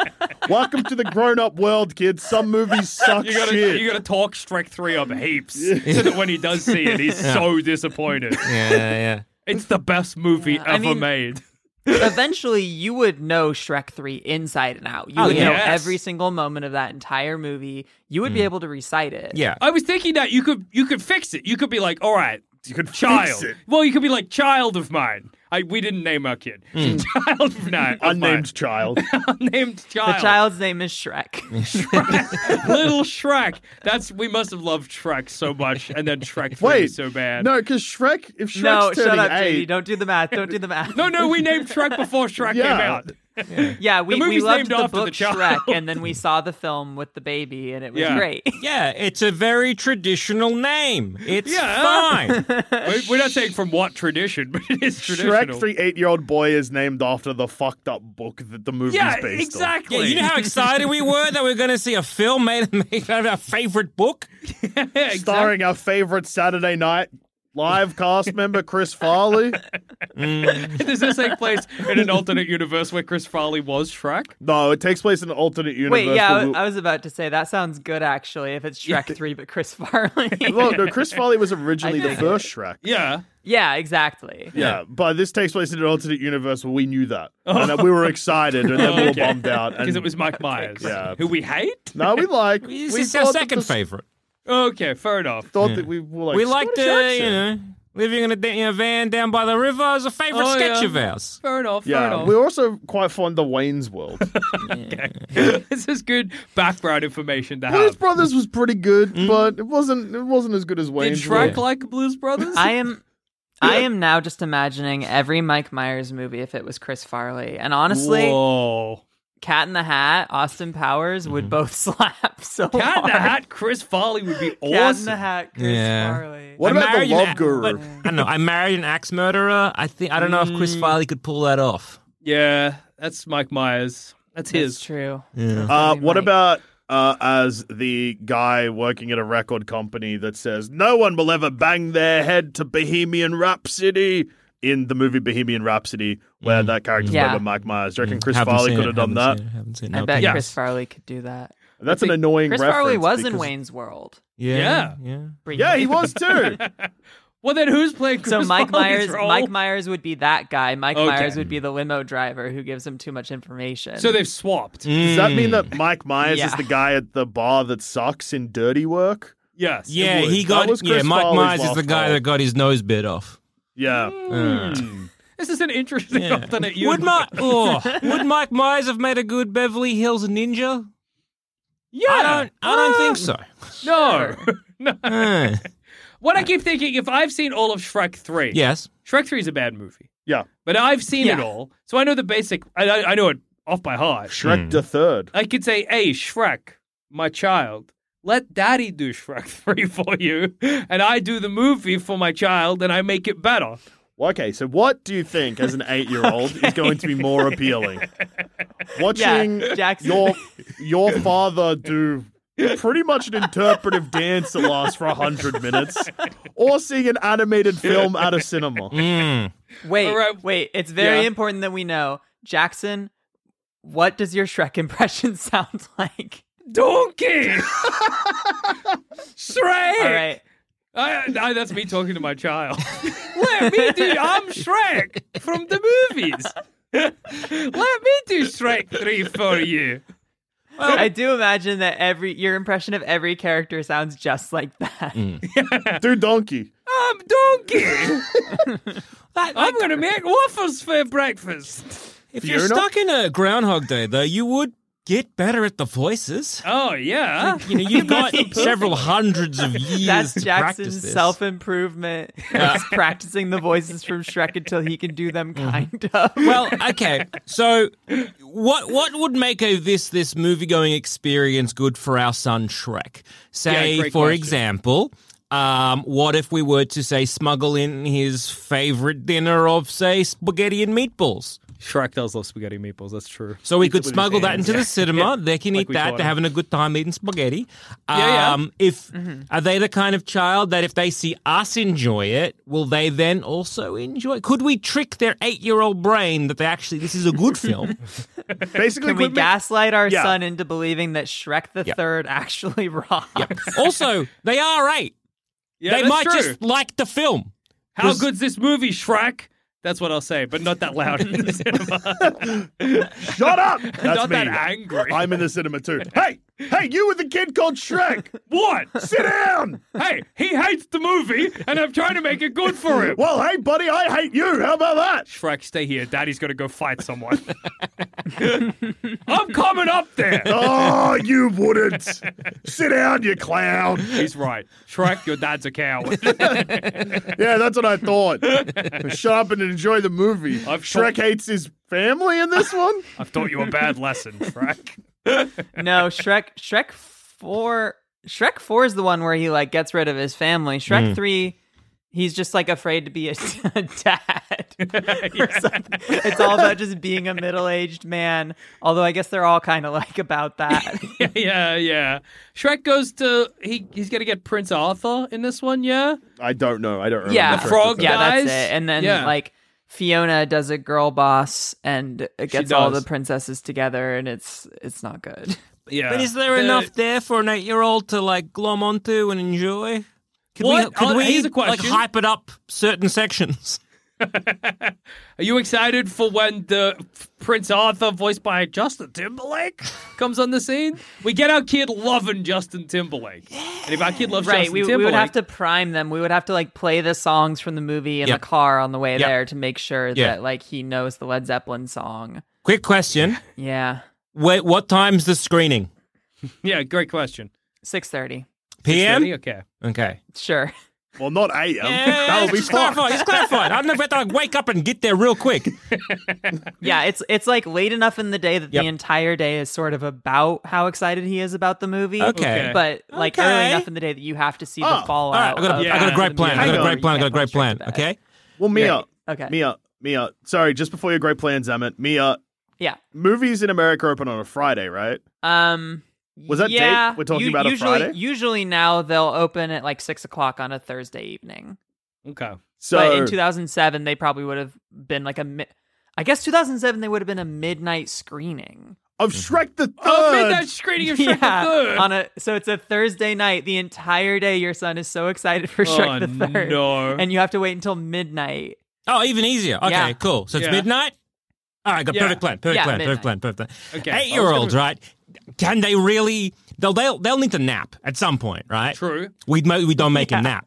Welcome to the grown-up world, kids. Some movies suck
You gotta,
shit.
you gotta talk Shrek 3 up heaps so that when he does see it, he's so disappointed.
yeah, yeah.
It's the best movie
I
ever
mean-
made.
Eventually, you would know Shrek 3 inside and out. You
Oh,
would know
yes. Mm.
every single moment of that entire movie. You would be able to recite it.
Yeah.
I was thinking that you could you could fix it. You could be like, all right, you could child.
it.
Well, you could be like child of mine. I, we didn't name our kid. Child of nine. of
Unnamed child.
mine. Unnamed
The
child.
child's name is Shrek.
Little Shrek. That's we must have loved Shrek so much, and then Shrek three
Wait,
so bad.
No, because Shrek, if Shrek's
no,
turning
shut up,
eight,
JD. Don't do the math. Don't do the math.
no, no. We named Shrek before Shrek came
Yeah.
out.
Yeah, we, we
movie's
loved
named
the
after the
book
child.
Shrek, and then we saw the film with the baby, and it was
Yeah.
great.
Yeah, it's a very traditional name. It's
Yeah.
fine.
We- We're not saying from what tradition, but it is traditional.
Shrek 3 eight-year-old boy is named after the fucked up book that the movie's
Yeah,
based
exactly.
Yeah, you know how excited we were that we were going to see a film made, made out of our favorite book?
Yeah,
on.
exactly.
Starring our favorite Saturday night live cast member, Chris Farley.
Does this take place in an alternate universe where Chris Farley was Shrek?
No, it takes place in an alternate universe.
Wait, yeah, I
where
was,
we-
I was about to say that sounds good actually. If it's Shrek three, but Chris Farley.
Well, no, Chris Farley was originally
I
the
think-
first Shrek.
Yeah.
yeah, exactly.
Yeah, but this takes place in an alternate universe where we knew that. And that we were excited and then we were
Oh. Okay.
bummed out.
Because
and-
it was Mike Myers,
Yeah.
who we hate.
No, we like.
This
we
is our
thought that
second
the-
favorite.
Okay, fair enough.
Thought that we were like.
we like
Scottish
the,
accent.
you know, living in a, da- in a van down by the river is a favorite
Oh,
sketch
yeah.
of ours.
Fair enough. Fair
Yeah,
enough.
we're also quite fond of Wayne's World.
this is good background information to
Blues
have.
Brothers was pretty good,
Mm.
but it wasn't. It wasn't as good as
Did
Wayne's
Shrek
World.
like Blues Brothers?
I am. I am now just imagining every Mike Myers movie if it was Chris Farley. And honestly,
Whoa.
Cat in the Hat, Austin Powers would both slap so
Cat in
hard.
the Hat, Chris Farley would be awesome.
Cat in the Hat, Chris
Yeah.
Farley.
What
I
about the
married an
Love
a-
Guru?
but, I don't know. I married an axe murderer. I think I don't know if Chris Farley could pull that off.
Yeah, that's Mike Myers. That's
It's
his.
true.
Uh, what
Mike.
about uh, as the guy working at a record company that says no one will ever bang their head to Bohemian Rhapsody in the movie Bohemian Rhapsody, where that character's
Yeah.
played by Mike Myers? Do you reckon Chris
Mm. Haven't
Farley
seen
could
it,
have
haven't
done that?
seen it, haven't seen it.
I
No,
bet
but-
Yes.
Chris Farley could do that.
That's an annoying.
Chris Farley
reference
was in
because-
Wayne's World.
Yeah,
Yeah.
yeah.
briefly.
Yeah, he was too.
Well, then who's playing Chris
So Mike
Farley's
Myers,
role?
Mike Myers would be that guy. Mike
Okay.
Myers would be the limo driver who gives him too much information.
So they've swapped.
Mm.
Does that mean
Mm.
that Mike Myers is
Yeah.
the guy at the bar that sucks in Dirty Work?
Yes.
Yeah,
was.
he
That
got.
was
Yeah,
Chris
Mike
Farley's
Myers is
last
the guy
role.
that got his nose bit off.
Yeah.
Mm.
This is an interesting alternate
Would
universe.
Mike? Oh, would Mike Myers have made a good Beverly Hills Ninja?
Yeah. Ah,
I don't. I don't think so.
No.
Uh,
What I keep thinking, if I've seen all of Shrek 3,
yes.
Shrek 3 is a bad movie,
Yeah.
but I've seen it
Yeah.
all, so I know the basic, I, I I know it off by heart.
Shrek
Mm.
the Third.
I could say, hey, Shrek, my child, let daddy do Shrek 3 for you, and I do the movie for my child, and I make it better.
Well, okay, so what do you think as an eight-year-old is going to be more appealing? Watching
Yeah, Jackson.
your your father do pretty much an interpretive dance that lasts for hundred minutes, or seeing an animated film at a cinema?
Mm. wait,
All right.
wait. It's very
Yeah.
important that we know, Jackson. What does your Shrek impression sound like?
Donkey! Shrek!
All right,
I, I, that's me talking to my child. Let me do. I'm Shrek from the movies. Let me do Shrek three for you.
I do imagine that every your impression of every character sounds just like that.
Do donkey.
I'm Donkey.
That,
I'm going to make waffles for breakfast.
if you're stuck in a Groundhog Day, though, you would get better at the voices.
Oh, yeah.
You know, you've got several hundreds of years
That's
to practice
Jackson's
this.
self improvement. He's practicing the voices from Shrek until he can do them, kind of.
well, okay. So, what what would make a, this this movie going experience good for our son Shrek? Say,
Yeah,
for
great question.
example, um, what if we were to say smuggle in his favorite dinner of say spaghetti and meatballs?
Shrek does love spaghetti meatballs. That's true.
So we could
with his
smuggle that
hands,
into
yeah.
the cinema. They can
Like
eat
we
that.
taught
They're
him.
having a good time eating spaghetti.
yeah. Mm-hmm.
Um, If are they the kind of child that if they see us enjoy it, will they then also enjoy? Could we trick their eight-year-old brain that they actually this is a good film?
Basically,
Can we
could make-
gaslight our
Yeah.
son into believing that Shrek the
Yep.
Third actually rocks?
also, they are right.
Yeah,
they
that's
might
true.
just like the film.
How
was-
good's this movie, Shrek? That's what I'll say, but not that loud in the cinema.
Shut up! That's
not
me.
that angry.
I'm in the cinema too. Hey, hey, you with the kid called Shrek.
what?
Sit down.
Hey, he hates the movie, and I'm trying to make it good for him.
Well, hey, buddy, I hate you. How about that?
Shrek, stay here. Daddy's going to go fight someone. I'm coming up there.
Oh, you wouldn't. Sit down, you clown.
He's right. Shrek, your dad's a coward.
Yeah, that's what I thought. Shut up and enjoy the movie.
I've
Shrek
thought-
hates his family in this one.
I've taught you a bad lesson, Shrek.
no, Shrek Shrek four Shrek four is the one where he like gets rid of his family.
Mm.
Shrek three, he's just like afraid to be a, a dad. or something. It's all about just being a middle aged man. Although I guess they're all kind of like about that.
yeah, yeah. Shrek goes to he. He's gonna get Prince Arthur in this one. Yeah,
I don't know. I don't remember.
yeah,
The frog
yeah, that's
dies.
it. And then
Yeah.
like. Fiona does a girl boss and gets all the
does.
princesses together, and it's it's not good.
yeah.
But is there
The-
enough there for an eight-year-old to like glom onto and enjoy? Could we,
What?
could
Oh,
we
here's a
like
question.
hype it up certain sections?
Are you excited for when the f- Prince Arthur, voiced by Justin Timberlake, comes on the scene? We get our kid loving Justin Timberlake, and if our kid loves
right
Justin
we, we
Timberlake,
would have to prime them we would have to like play the songs from the movie in
Yep.
the car on the way
Yep.
there to make sure
Yeah.
that like he knows the led zeppelin song
Quick question:
yeah
Wait, what time's the screening?
Yeah, great question.
6.30
PM.
Ready? Okay.
Okay. Oh,
sure
Well, not I am.
Yeah,
that would be
just
fun.
clarified. It's clarified. I don't know if I have to wake up and get there real quick.
yeah it's it's like late enough in the day that
Yep.
the entire day is sort of about how excited he is about the movie
Okay.
but like early
Okay.
enough in the day that you have to see
Oh,
the
All right.
fallout
I got a,
of
I got a
Yeah.
great plan. I got a
Hang
great
on.
plan. I got a
Can't
great
punch
plan.
it back.
Okay.
Well, Mia,
okay
Mia, Mia. Sorry, just before your great plans, Emmett. Mia,
yeah
movies in America open on a Friday, right?
um
Was that date
yeah,
we're talking
u-
about a
usually,
Friday?
Usually now they'll open at like six o'clock on a Thursday evening.
Okay.
So
but in 2007 they probably would have been like a mi- I guess 2007 they would have been a midnight screening.
of Shrek the Third.
Oh, midnight screening of Shrek
yeah,
the Third.
on a so it's a Thursday night. The entire day your son is so excited for Shrek
Oh,
the Third,
no.
and you have to wait until midnight.
Oh, even easier. Okay,
Yeah.
cool. So it's
Yeah.
midnight. All right, got
Yeah.
perfect plan. Perfect
Yeah,
plan. Perfect
midnight.
plan. Perfect plan.
Okay, I was
Eight-year-olds, right? Can they really? They'll they'll they'll need to nap at some point, right?
True.
We we don't make him nap.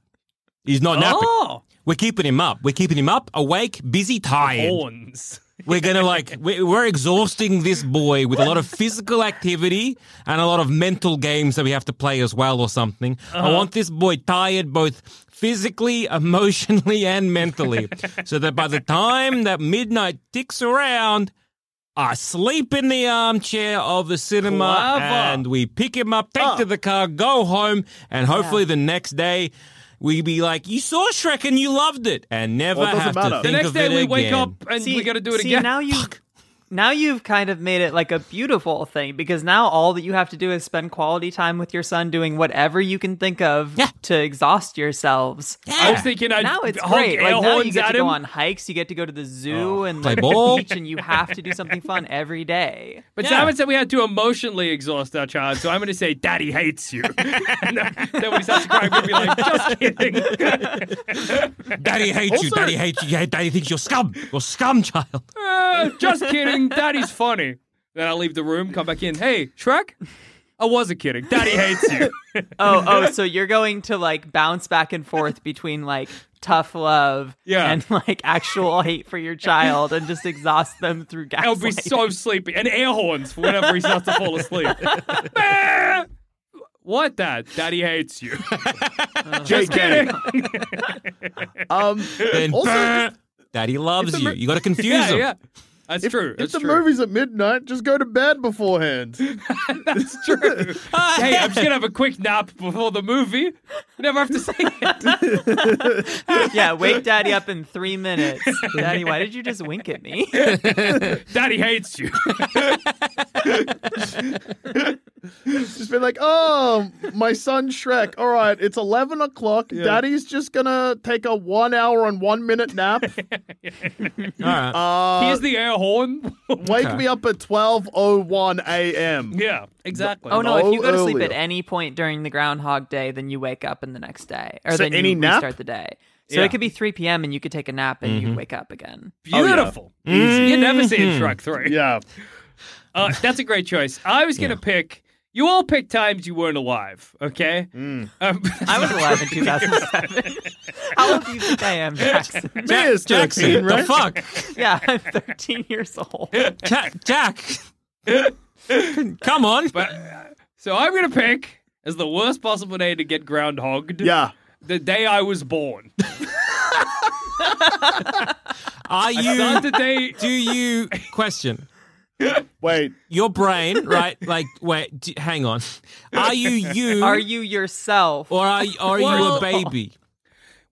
He's not napping.
Oh,
We're keeping him up. We're keeping him up, awake, busy, tired.
Oh, horns.
We're gonna like we're, we're exhausting this boy with a lot of physical activity and a lot of mental games that we have to play as well or something.
Uh-huh.
I want this boy tired both physically, emotionally, and mentally, so that by the time that midnight ticks around. I sleep in the armchair of the cinema
Clever.
and we pick him up, take to the car, go home, and hopefully the next day we be like, You saw Shrek and you loved it and never
Well, it doesn't
have to
matter. The
think
The next
of
day
it
we wake
again.
up and
See,
we got to do it
see,
again.
Now you. Now you've kind of made it like a beautiful thing because now all that you have to do is spend quality time with your son doing whatever you can think of
Yeah.
to exhaust yourselves.
I was thinking I'd
now it's
honk
great.
air
Like now you
horns
get
at
to go
him.
on hikes, you get to go to the zoo and
Play
like
ball.
beach, and you have to do something fun every day.
But
Yeah.
Simon said we had to emotionally exhaust our child, so I'm going to say, "Daddy hates you." and then then when he starts crying, we'll be like, "Just kidding."
Daddy hates you. Daddy hates you. Yeah, Daddy thinks you're scum. You're scum, child.
"Oh, Uh, just kidding. Daddy's funny. Then I leave the room, come back in. Hey, Shrek, I wasn't kidding. Daddy hates you.
Oh, oh, so you're going to like bounce back and forth between like tough love
Yeah.
and like actual hate for your child and just exhaust them through
I'll be
gaslighting.
so sleepy. And air horns for whenever he starts to fall asleep. what, Dad? Daddy hates you. Just kidding.
Um,
And
also,
brr, Daddy loves you. you got to confuse
yeah,
him.
yeah. That's
if,
true.
if
That's
the
true.
movie's at midnight, just go to bed beforehand.
That's true. hey, I'm just gonna have a quick nap before the movie. Never have to say it.
yeah, wake daddy up in three minutes. Daddy, why did you just wink at me?
Daddy hates you.
Just be like, oh, my son Shrek. All right, it's 11 o'clock. Daddy's just going to take a one hour and one minute nap.
All right.
Uh,
Here's the air horn.
wake me up at 12.01 a.m.
yeah, exactly.
Oh no, if you go to sleep
earlier.
at any point during the Groundhog Day, then you wake up in the next day, or
So
then you
any nap?
restart the day. So
Yeah.
it could be 3 p.m. and you could take a nap and you wake up again.
Beautiful. Easy. You never see a truck three.
Yeah.
Uh, that's a great choice. I was gonna pick. You all picked times you weren't alive. Okay. Um,
I was alive in 2007. How old do you think I am, Jackson?
Me is
Jackson,
13,
the
right?
fuck?
Yeah, I'm 13 years old.
Jack, Jack. Come on.
so I'm gonna pick as the worst possible day to get groundhogged.
Yeah.
The day I was born.
Are you?
Not the day.
Do you question?
Wait.
your brain, right? Like, wait, d- hang on. Are you you,
Are you yourself?
or are you, are you
Well-
a baby?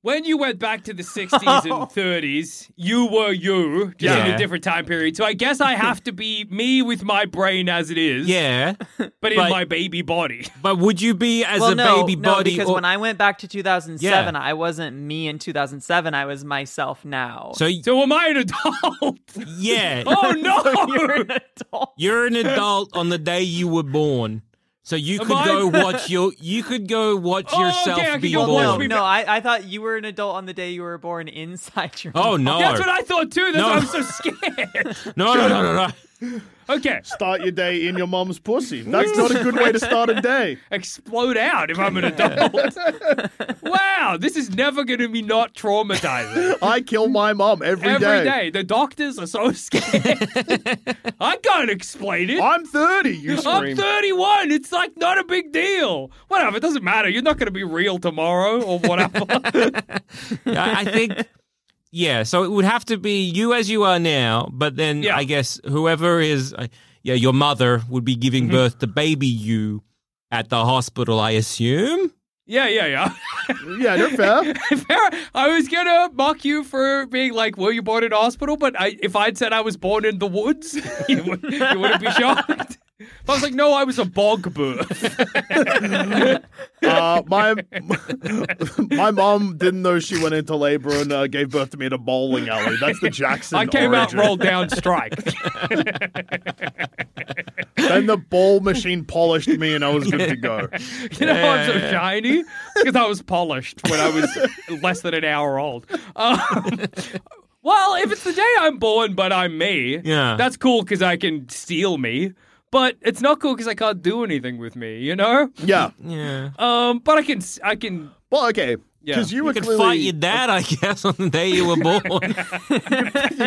when you went back to the 60s and 30s, you were you, just in
Yeah.
a different time period. So I guess I have to be me with my brain as it is,
Yeah,
but in
but-
my baby body.
but would you be as
well,
a
no,
baby
no,
body?
because
or-
when I went back to 2007,
Yeah.
I wasn't me in 2007. I was myself now.
so y-
So am I an adult?
yeah,
oh
you're
no!
an adult.
you're an adult on the day you were born. So you
Am
could
I-
go watch your you could go watch
Oh,
yourself
okay, I could
be
go
born.
watch
Well,
me
no, no, I, I thought you were an adult on the day you were born inside your.
Oh
mom.
no!
That's what I thought too. That's
No.
why I'm so scared.
no, no, no, no, no.
okay,
Start your day in your mom's pussy. That's not a good way to start a day.
explode out if I'm an adult. wow, this is never going to be not traumatizing.
I kill my mom
Every day, the doctors are so scared. I can't explain it.
I'm 30, you
I'm
scream.
31. It's like not a big deal. Whatever. It doesn't matter. You're not going to be real tomorrow or whatever.
I, I think. Yeah, so it would have to be you as you are now, but then
Yeah.
I guess whoever is, I- yeah, your mother would be giving birth to baby you at the hospital, I assume.
yeah, yeah, yeah.
yeah, no fair.
Farrah, I was going to mock you for being like, were you born in a hospital? But I, if I'd said I was born in the woods, you, would, you wouldn't be shocked. I was like, no, I was a bog bird.
Uh, my my mom didn't know she went into labor and uh, gave birth to me at a bowling alley. That's the Jackson.
I came out
origin.
rolled down strike.
Then the ball machine polished me and I was good to go.
You know, why I'm so shiny because I was polished when I was less than an hour old. Um, well, if it's the day I'm born, but I'm me,
Yeah.
that's cool because I can steal me. But it's not cool because I can't do anything with me, you know.
Yeah.
Yeah.
Um, but I can, s- I can,
Well, okay.
Yeah.
Because you were
You could
clearly
fight your dad, I guess, on the day you were born.
you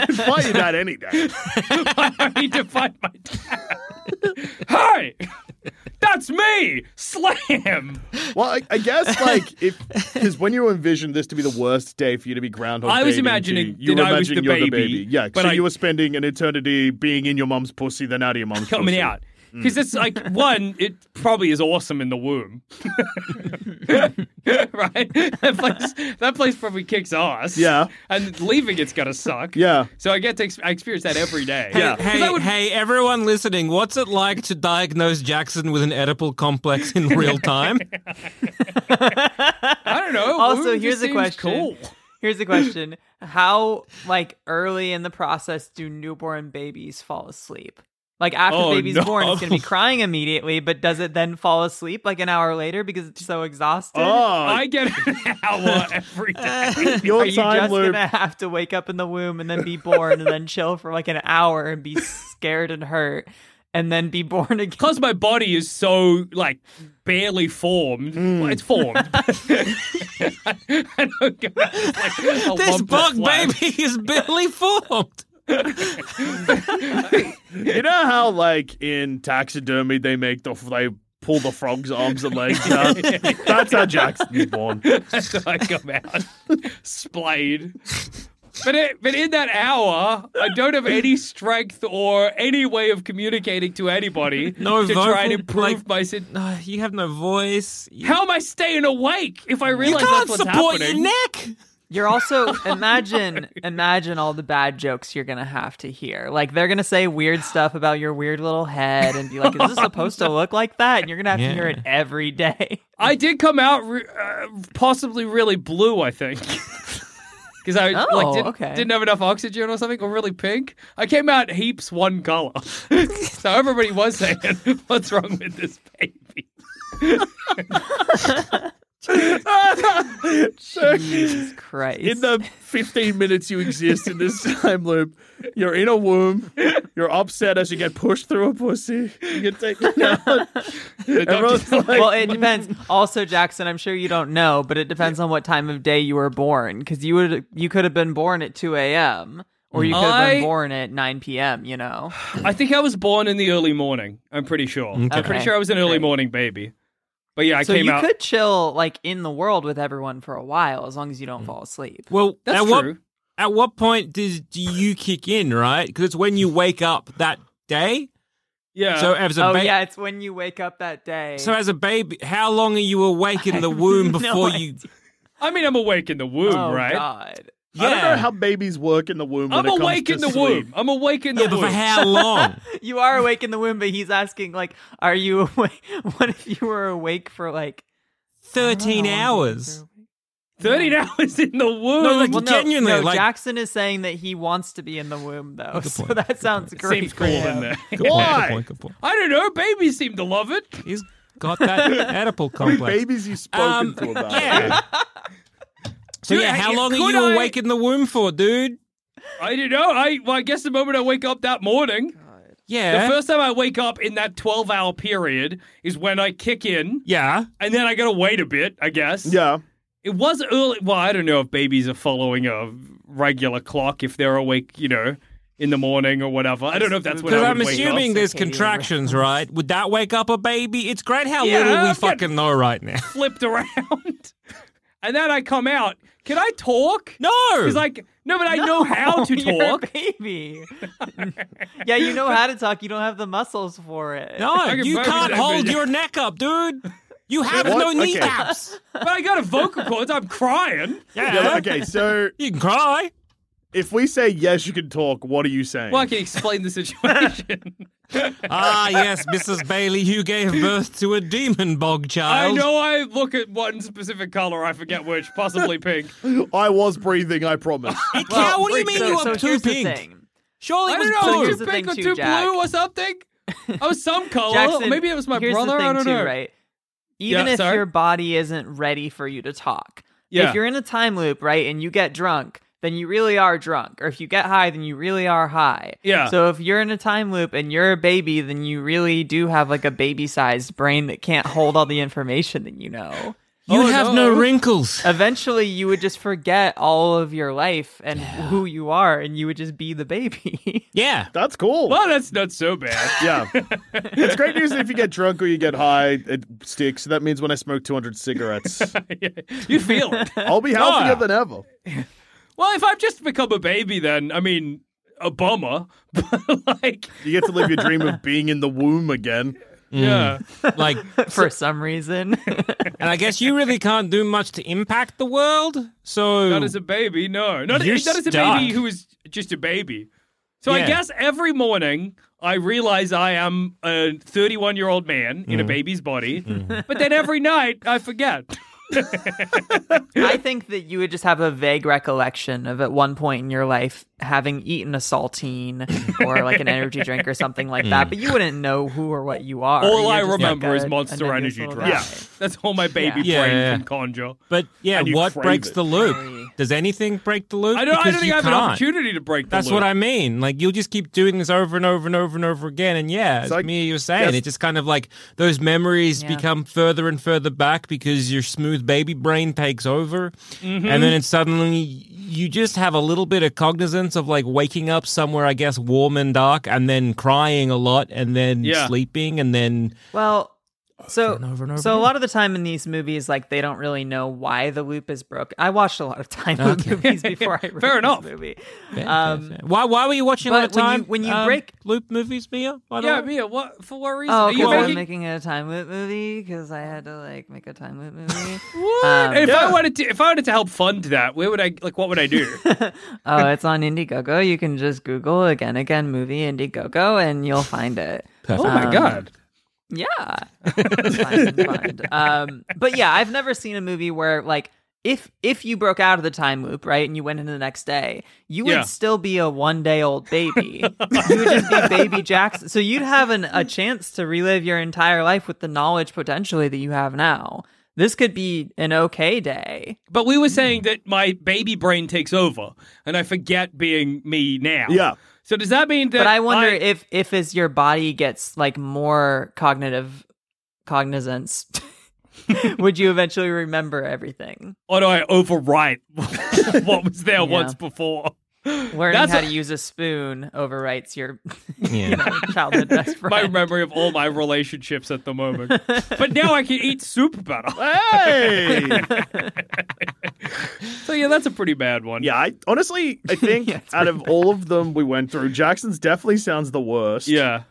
could fight your dad any day.
I need to find my dad. Hi, that's me. Slam.
Well, I, I guess like if because when you envisioned this to be the worst day for you to be groundhog,
I was
Day, didn't
imagining
you, you
that
were
I was
imagining
the
you're the
baby,
baby. Yeah,
but
so
I-
you were spending an eternity being in your mom's pussy, then out of your mom's
coming
pussy.
out
Mm.
because it's like one, it probably is awesome in the womb, right? That place, that place probably kicks ass.
Yeah.
and leaving it's gonna suck.
Yeah.
so I get to ex- I experience that every day.
Hey,
'Cause I
hey,
would-
hey, everyone listening, what's it like to diagnose Jackson with an edible complex in real time?
I don't know.
Also,
womb just
here's a
seems
question.
Cool.
Here's the question: How like early in the process do newborn babies fall asleep? Like after
Oh,
the baby's
no.
born, it's gonna be crying immediately, but does it then fall asleep like an hour later because it's so exhausted?
Uh,
I get an hour every day.
your
Are you
time
just
loop.
gonna have to wake up in the womb and then be born and then chill for like an hour and be scared and hurt and then be born again.
because my body is so like barely formed.
Hmm.
Well, it's formed. I don't give a- it's like a
This
lump of
bug
flesh.
baby is barely formed.
You know how, like in taxidermy, they make the they pull the frog's arms and legs out. That's how Jackson's born.
So I come out splayed. But it, but in that hour, I don't have any strength or any way of communicating to anybody
No
to try and
vocal,
improve
like-
my. Sit-
No, Uh, you have no voice. You,
How am I staying awake if I
you
realize
can't
that's what's
support
happening?
your neck.
You're also imagine imagine all the bad jokes you're gonna have to hear. Like they're gonna say weird stuff about your weird little head and be like, "Is this supposed to look like that?" And you're gonna have to hear it every day.
I did come out re- uh, possibly really blue, I think. Because I
Oh,
like, didn't,
okay.
didn't have enough oxygen or something, or really pink. I came out heaps one color. so everybody was saying, What's wrong with this baby?
Jesus Christ!
In the 15 minutes you exist in this time loop, you're in a womb. You're upset as you get pushed through a pussy. You get taken out. Everyone's like,
well, it depends. Also, Jackson, I'm sure you don't know, but it depends on what time of day you were born. Because you would you could have been born at 2 a.m. or you could
Mm.
have
I-
been born at 9 p.m. You know,
I think I was born in the early morning. I'm pretty sure. I'm pretty
Okay.
sure I was an early morning baby. But yeah, I
so
came
you
out.
could chill like in the world with everyone for a while as long as you
Mm.
don't fall asleep.
Well,
That's
at
true.
what at what point does do you kick in, right? Because it's when you wake up that day.
Yeah.
So as a
Oh
ba-
yeah, it's when you wake up that day.
so as a baby, how long are you awake in the womb
no
before you?
I mean, I'm awake in the womb,
oh,
right?
God.
Yeah,
I don't know how babies work in the womb. when
I'm
it comes
awake
to
in the
sleep.
womb. I'm awake in the
yeah, but
womb.
for how long?
You are awake in the womb, but he's asking like, "Are you awake? What if you were awake for like
Thirteen
I don't know how long you've
hours.
been awake.
13 hours in the womb.
No, like
Well, no,
genuinely,
no,
like
Jackson is saying that he wants to be in the womb, though.
Good
So
point,
that sounds great.
Seems
for
cool
him.
in there.
Good point, good
Why?
point, good point.
I don't know. Babies seem to love it.
He's got that Oedipal
How many
complex.
babies you spoken
Um,
to about
yeah.
it?
So yeah, how
Dude,
long are
could
you
I-
awake in the womb for, dude?
I don't know. I well, I guess the moment I wake up that morning,
Yeah,
the first time I wake up in that 12 hour period is when I kick in,
yeah.
and then I gotta wait a bit. I guess.
Yeah.
It was early. Well, I don't know if babies are following a regular clock if they're awake, you know, in the morning or whatever. I don't know if that's when
Because
I
I'm
would wake up.
assuming
up.
there's
Circadian
contractions, right? Would that wake up a baby? It's great how
Yeah,
little we
I'm
fucking
getting-
know right now.
flipped around, and then I come out. Can I talk?
No,
He's like, no, but I know how to
You're a
talk.
baby. yeah, you know how to talk. You don't have the muscles for it.
No,
I can
you
barely
can't
say
hold
that.
your neck up, dude. You have
What?
no
Okay.
kneecaps.
But I got a vocal cords. I'm crying.
Yeah.
yeah. Okay, so
You can cry.
if we say yes, you can talk, what are you saying?
Well, I can explain the situation.
Ah, yes, Mrs. Bailey, you gave birth to a demon bog
I
child.
know I look at one specific color. I forget which, possibly pink.
I was breathing, I promise.
yeah, what do you
Great.
mean
so,
you
so
were too
here's the
pink?
thing.
Surely
I
it was
don't know.
blue.
Was
Here's
too
the
pink
thing
or
too,
too
Jack.
blue or something? I was some color.
Jackson,
Oh, Maybe it was my
here's the
brother. I
thing
don't
too,
know.
Right? Even
Yeah,
if
sorry?
your body isn't ready for you to talk,
Yeah.
if you're in a time loop, right, and you get drunk, then you really are drunk. Or if you get high, then you really are high.
Yeah.
So if you're in a time loop and you're a baby, then you really do have like a baby-sized brain that can't hold all the information that you know.
You
Oh,
have
no.
no wrinkles.
Eventually, you would just forget all of your life and who you are, and you would just be the baby.
Yeah.
That's cool.
Well, that's not so bad.
Yeah. it's great news that if you get drunk or you get high, it sticks. That means when I smoke 200 cigarettes,
you feel it.
I'll be healthier than ever.
Well, if I've just become a baby, then I mean, a bummer. But like,
You get to live your dream of being in the womb again.
Hmm.
yeah,
Like,
for some reason.
and I guess you really can't do much to impact the world. So
not as a baby. No, not,
You're
not as a
stuck.
baby who is just a baby. So I
Yeah.
guess every morning I realize I am a 31 year old man
Mm-hmm.
in a baby's body, but then every night I forget.
I think that you would just have a vague recollection of at one point in your life having eaten a saltine or like an energy drink or something like
Hmm.
that, but you wouldn't know who or what you are.
All
You're
I
just
remember
like
is
a- a
Monster
nebulous
Energy
little
Drink.
guy.
That's all my baby
Yeah.
brain
Yeah.
can conjure.
but yeah,
And you
what
crave
breaks
it.
the loop? Does anything break the loop?
I don't, I
Because
don't think
you
I have an
can't.
opportunity to break the
That's
loop.
what I mean. Like you'll just keep doing this over and over and over and over again, and yeah,
So I
like me, you were saying
guess-
it just kind of like those memories
Yeah.
become further and further back because your smooth baby brain takes over,
Mm-hmm.
and then it suddenly you just have a little bit of cognizance of like waking up somewhere, I guess, warm and dark, and then crying a lot, and then
Yeah.
sleeping, and then
Well, so
and over and over
so a
again.
lot of the time in these movies, like they don't really know why the loop is broken. I watched a lot of time loop movies before I wrote
Fair
this
enough.
movie.
why why were you watching a lot of
Um, but when you-
time
when you
um,
break-
loop movies, Mia? By the
Yeah,
way?
Mia, what for what reason?
Oh,
Are you
because I'm
making,
making a time loop movie because I had to like make a time loop movie.
what?
Um,
if
Yeah.
I wanted to if I wanted to help fund that, where would I like what would I do?
oh, it's on Indiegogo. You can just Google again, again movie Indiegogo, and you'll find it.
oh
Um,
my god.
Yeah. It's fine and fun. Um, but yeah, I've never seen a movie where like if if you broke out of the time loop, right, and you went into the next day, you would
Yeah.
still be a one day old baby. you would just be baby Jackson. So you'd have an, a chance to relive your entire life with the knowledge potentially that you have now. This could be an okay day.
But we were saying that my baby brain takes over and I forget being me now.
Yeah.
So does that mean that
But I wonder if if as your body gets like more cognitive cognizance, would you eventually remember everything?
or do I overwrite what was there
Yeah.
once before?
Learning
That's
how
a-
to use a spoon overwrites your
Yeah.
you know, childhood best friend.
My memory of all my relationships at the moment. but now I can eat soup better.
Hey!
So yeah, that's a pretty bad one.
yeah, I honestly, I think
Yeah, it's
out of all of them we went through, Jackson's definitely sounds the worst.
Yeah.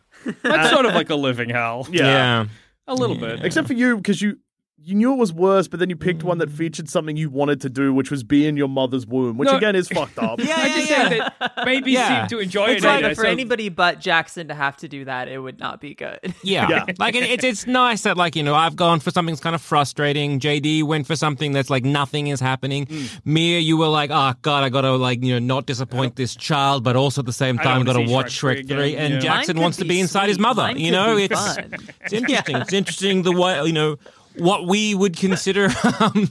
That's sort of like a living hell.
Yeah.
yeah.
A little bit.
Except for you, because you you knew it was worse, but then you picked one that featured something you wanted to do, which was be in your mother's womb, which
No.
again is fucked up.
I just
yeah,
say that babies
Yeah.
seem to enjoy
It's
it.
like
anyway,
for
so-
anybody but Jackson to have to do that, it would not be good.
Yeah.
Yeah.
Like it, it's it's nice that like you know I've gone for something that's kind of frustrating. JD went for something that's like nothing is happening.
Mm.
Mia, you were like, oh god, I gotta like you know not disappoint this child, but also at the same
I
time
don't wanna
gotta
see
watch Shrek
Shrek three
three.
again,
And
yeah.
Jackson
Mine could
wants to
be
be inside his
sweet.
mother.
Mine
you
could
know,
be
it's
fun.
it's interesting. It's interesting the way you know what we would consider. Um,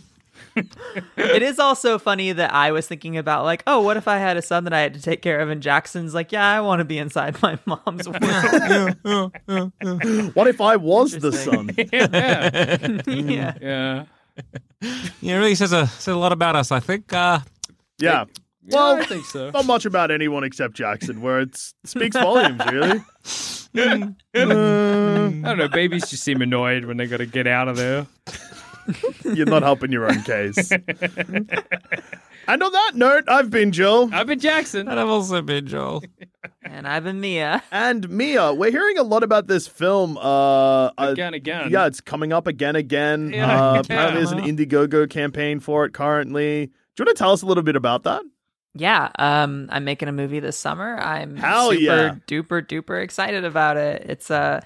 it is also funny that I was thinking about like, oh, what if I had a son that I had to take care of, and Jackson's like, yeah, I want to be inside my mom's world.
What if I was the son?
yeah.
yeah.
yeah.
you know, it really says a says a lot about us. I think. Uh,
Yeah.
Well,
Well,
I think so.
not much about anyone except Jackson, where it speaks volumes, really.
Mm.
Uh,
I don't know. Babies just seem annoyed when they got to get out of there.
You're not helping your own case. and on that note, I've been Jill.
I've been Jackson.
and I've also been Joel.
And I've been Mia.
And Mia, we're hearing a lot about this film. Uh,
Again,
uh,
again.
Yeah, it's coming up again, again.
Yeah,
uh,
yeah.
Apparently, there's an Indiegogo campaign for it currently. Do you want to tell us a little bit about that?
Yeah, um, I'm making a movie this summer. I'm
Hell
super
yeah.
duper duper excited about it. It's uh,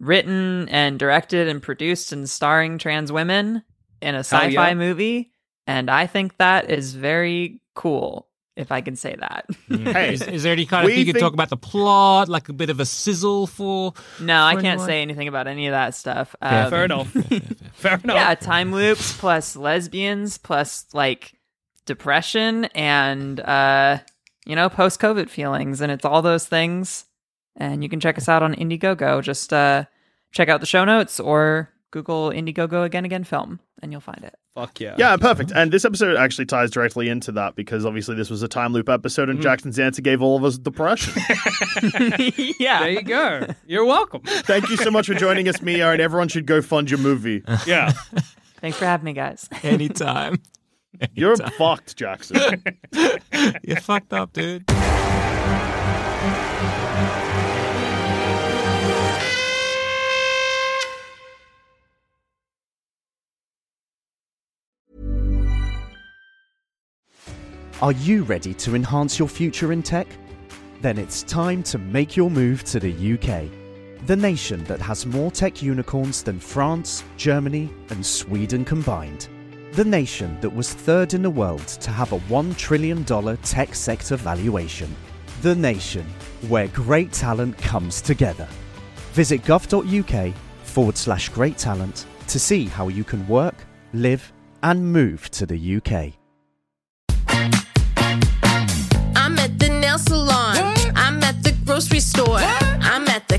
written and directed and produced and starring trans women in a sci-fi
yeah.
movie, and I think that is very cool. If I can say that.
Mm.
Hey,
Is, is there any kind of
we
you could
think-
talk about the plot, like a bit of a sizzle for?
no, I
for
can't
anyone?
say anything about any of that stuff.
Yeah,
Um,
Fair enough. Fair enough.
yeah, time loops plus lesbians plus like depression and uh you know post COVID feelings and it's all those things. And you can check us out on Indiegogo. Just uh check out the show notes or Google Indiegogo again again film and you'll find it.
Fuck yeah.
Yeah, perfect. And this episode actually ties directly into that because obviously this was a time loop episode,
Mm.
and Jackson's answer gave all of us depression.
There
yeah.
you go. You're welcome.
Thank you so much for joining us, Mia, and everyone should go fund your movie.
Yeah.
Thanks for having me guys.
Anytime.
You're fucked, Jackson.
You're fucked up, dude.
Are you ready to enhance your future in tech? Then it's time to make your move to the UK, the nation that has more tech unicorns than France, Germany, and Sweden combined. The nation that was third in the world to have a $1 trillion tech sector valuation. The nation where great talent comes together. Visit gov.uk forward slash great talent to see how you can work, live, and move to the UK.
I'm at the nail salon. I'm at the grocery store. I'm at the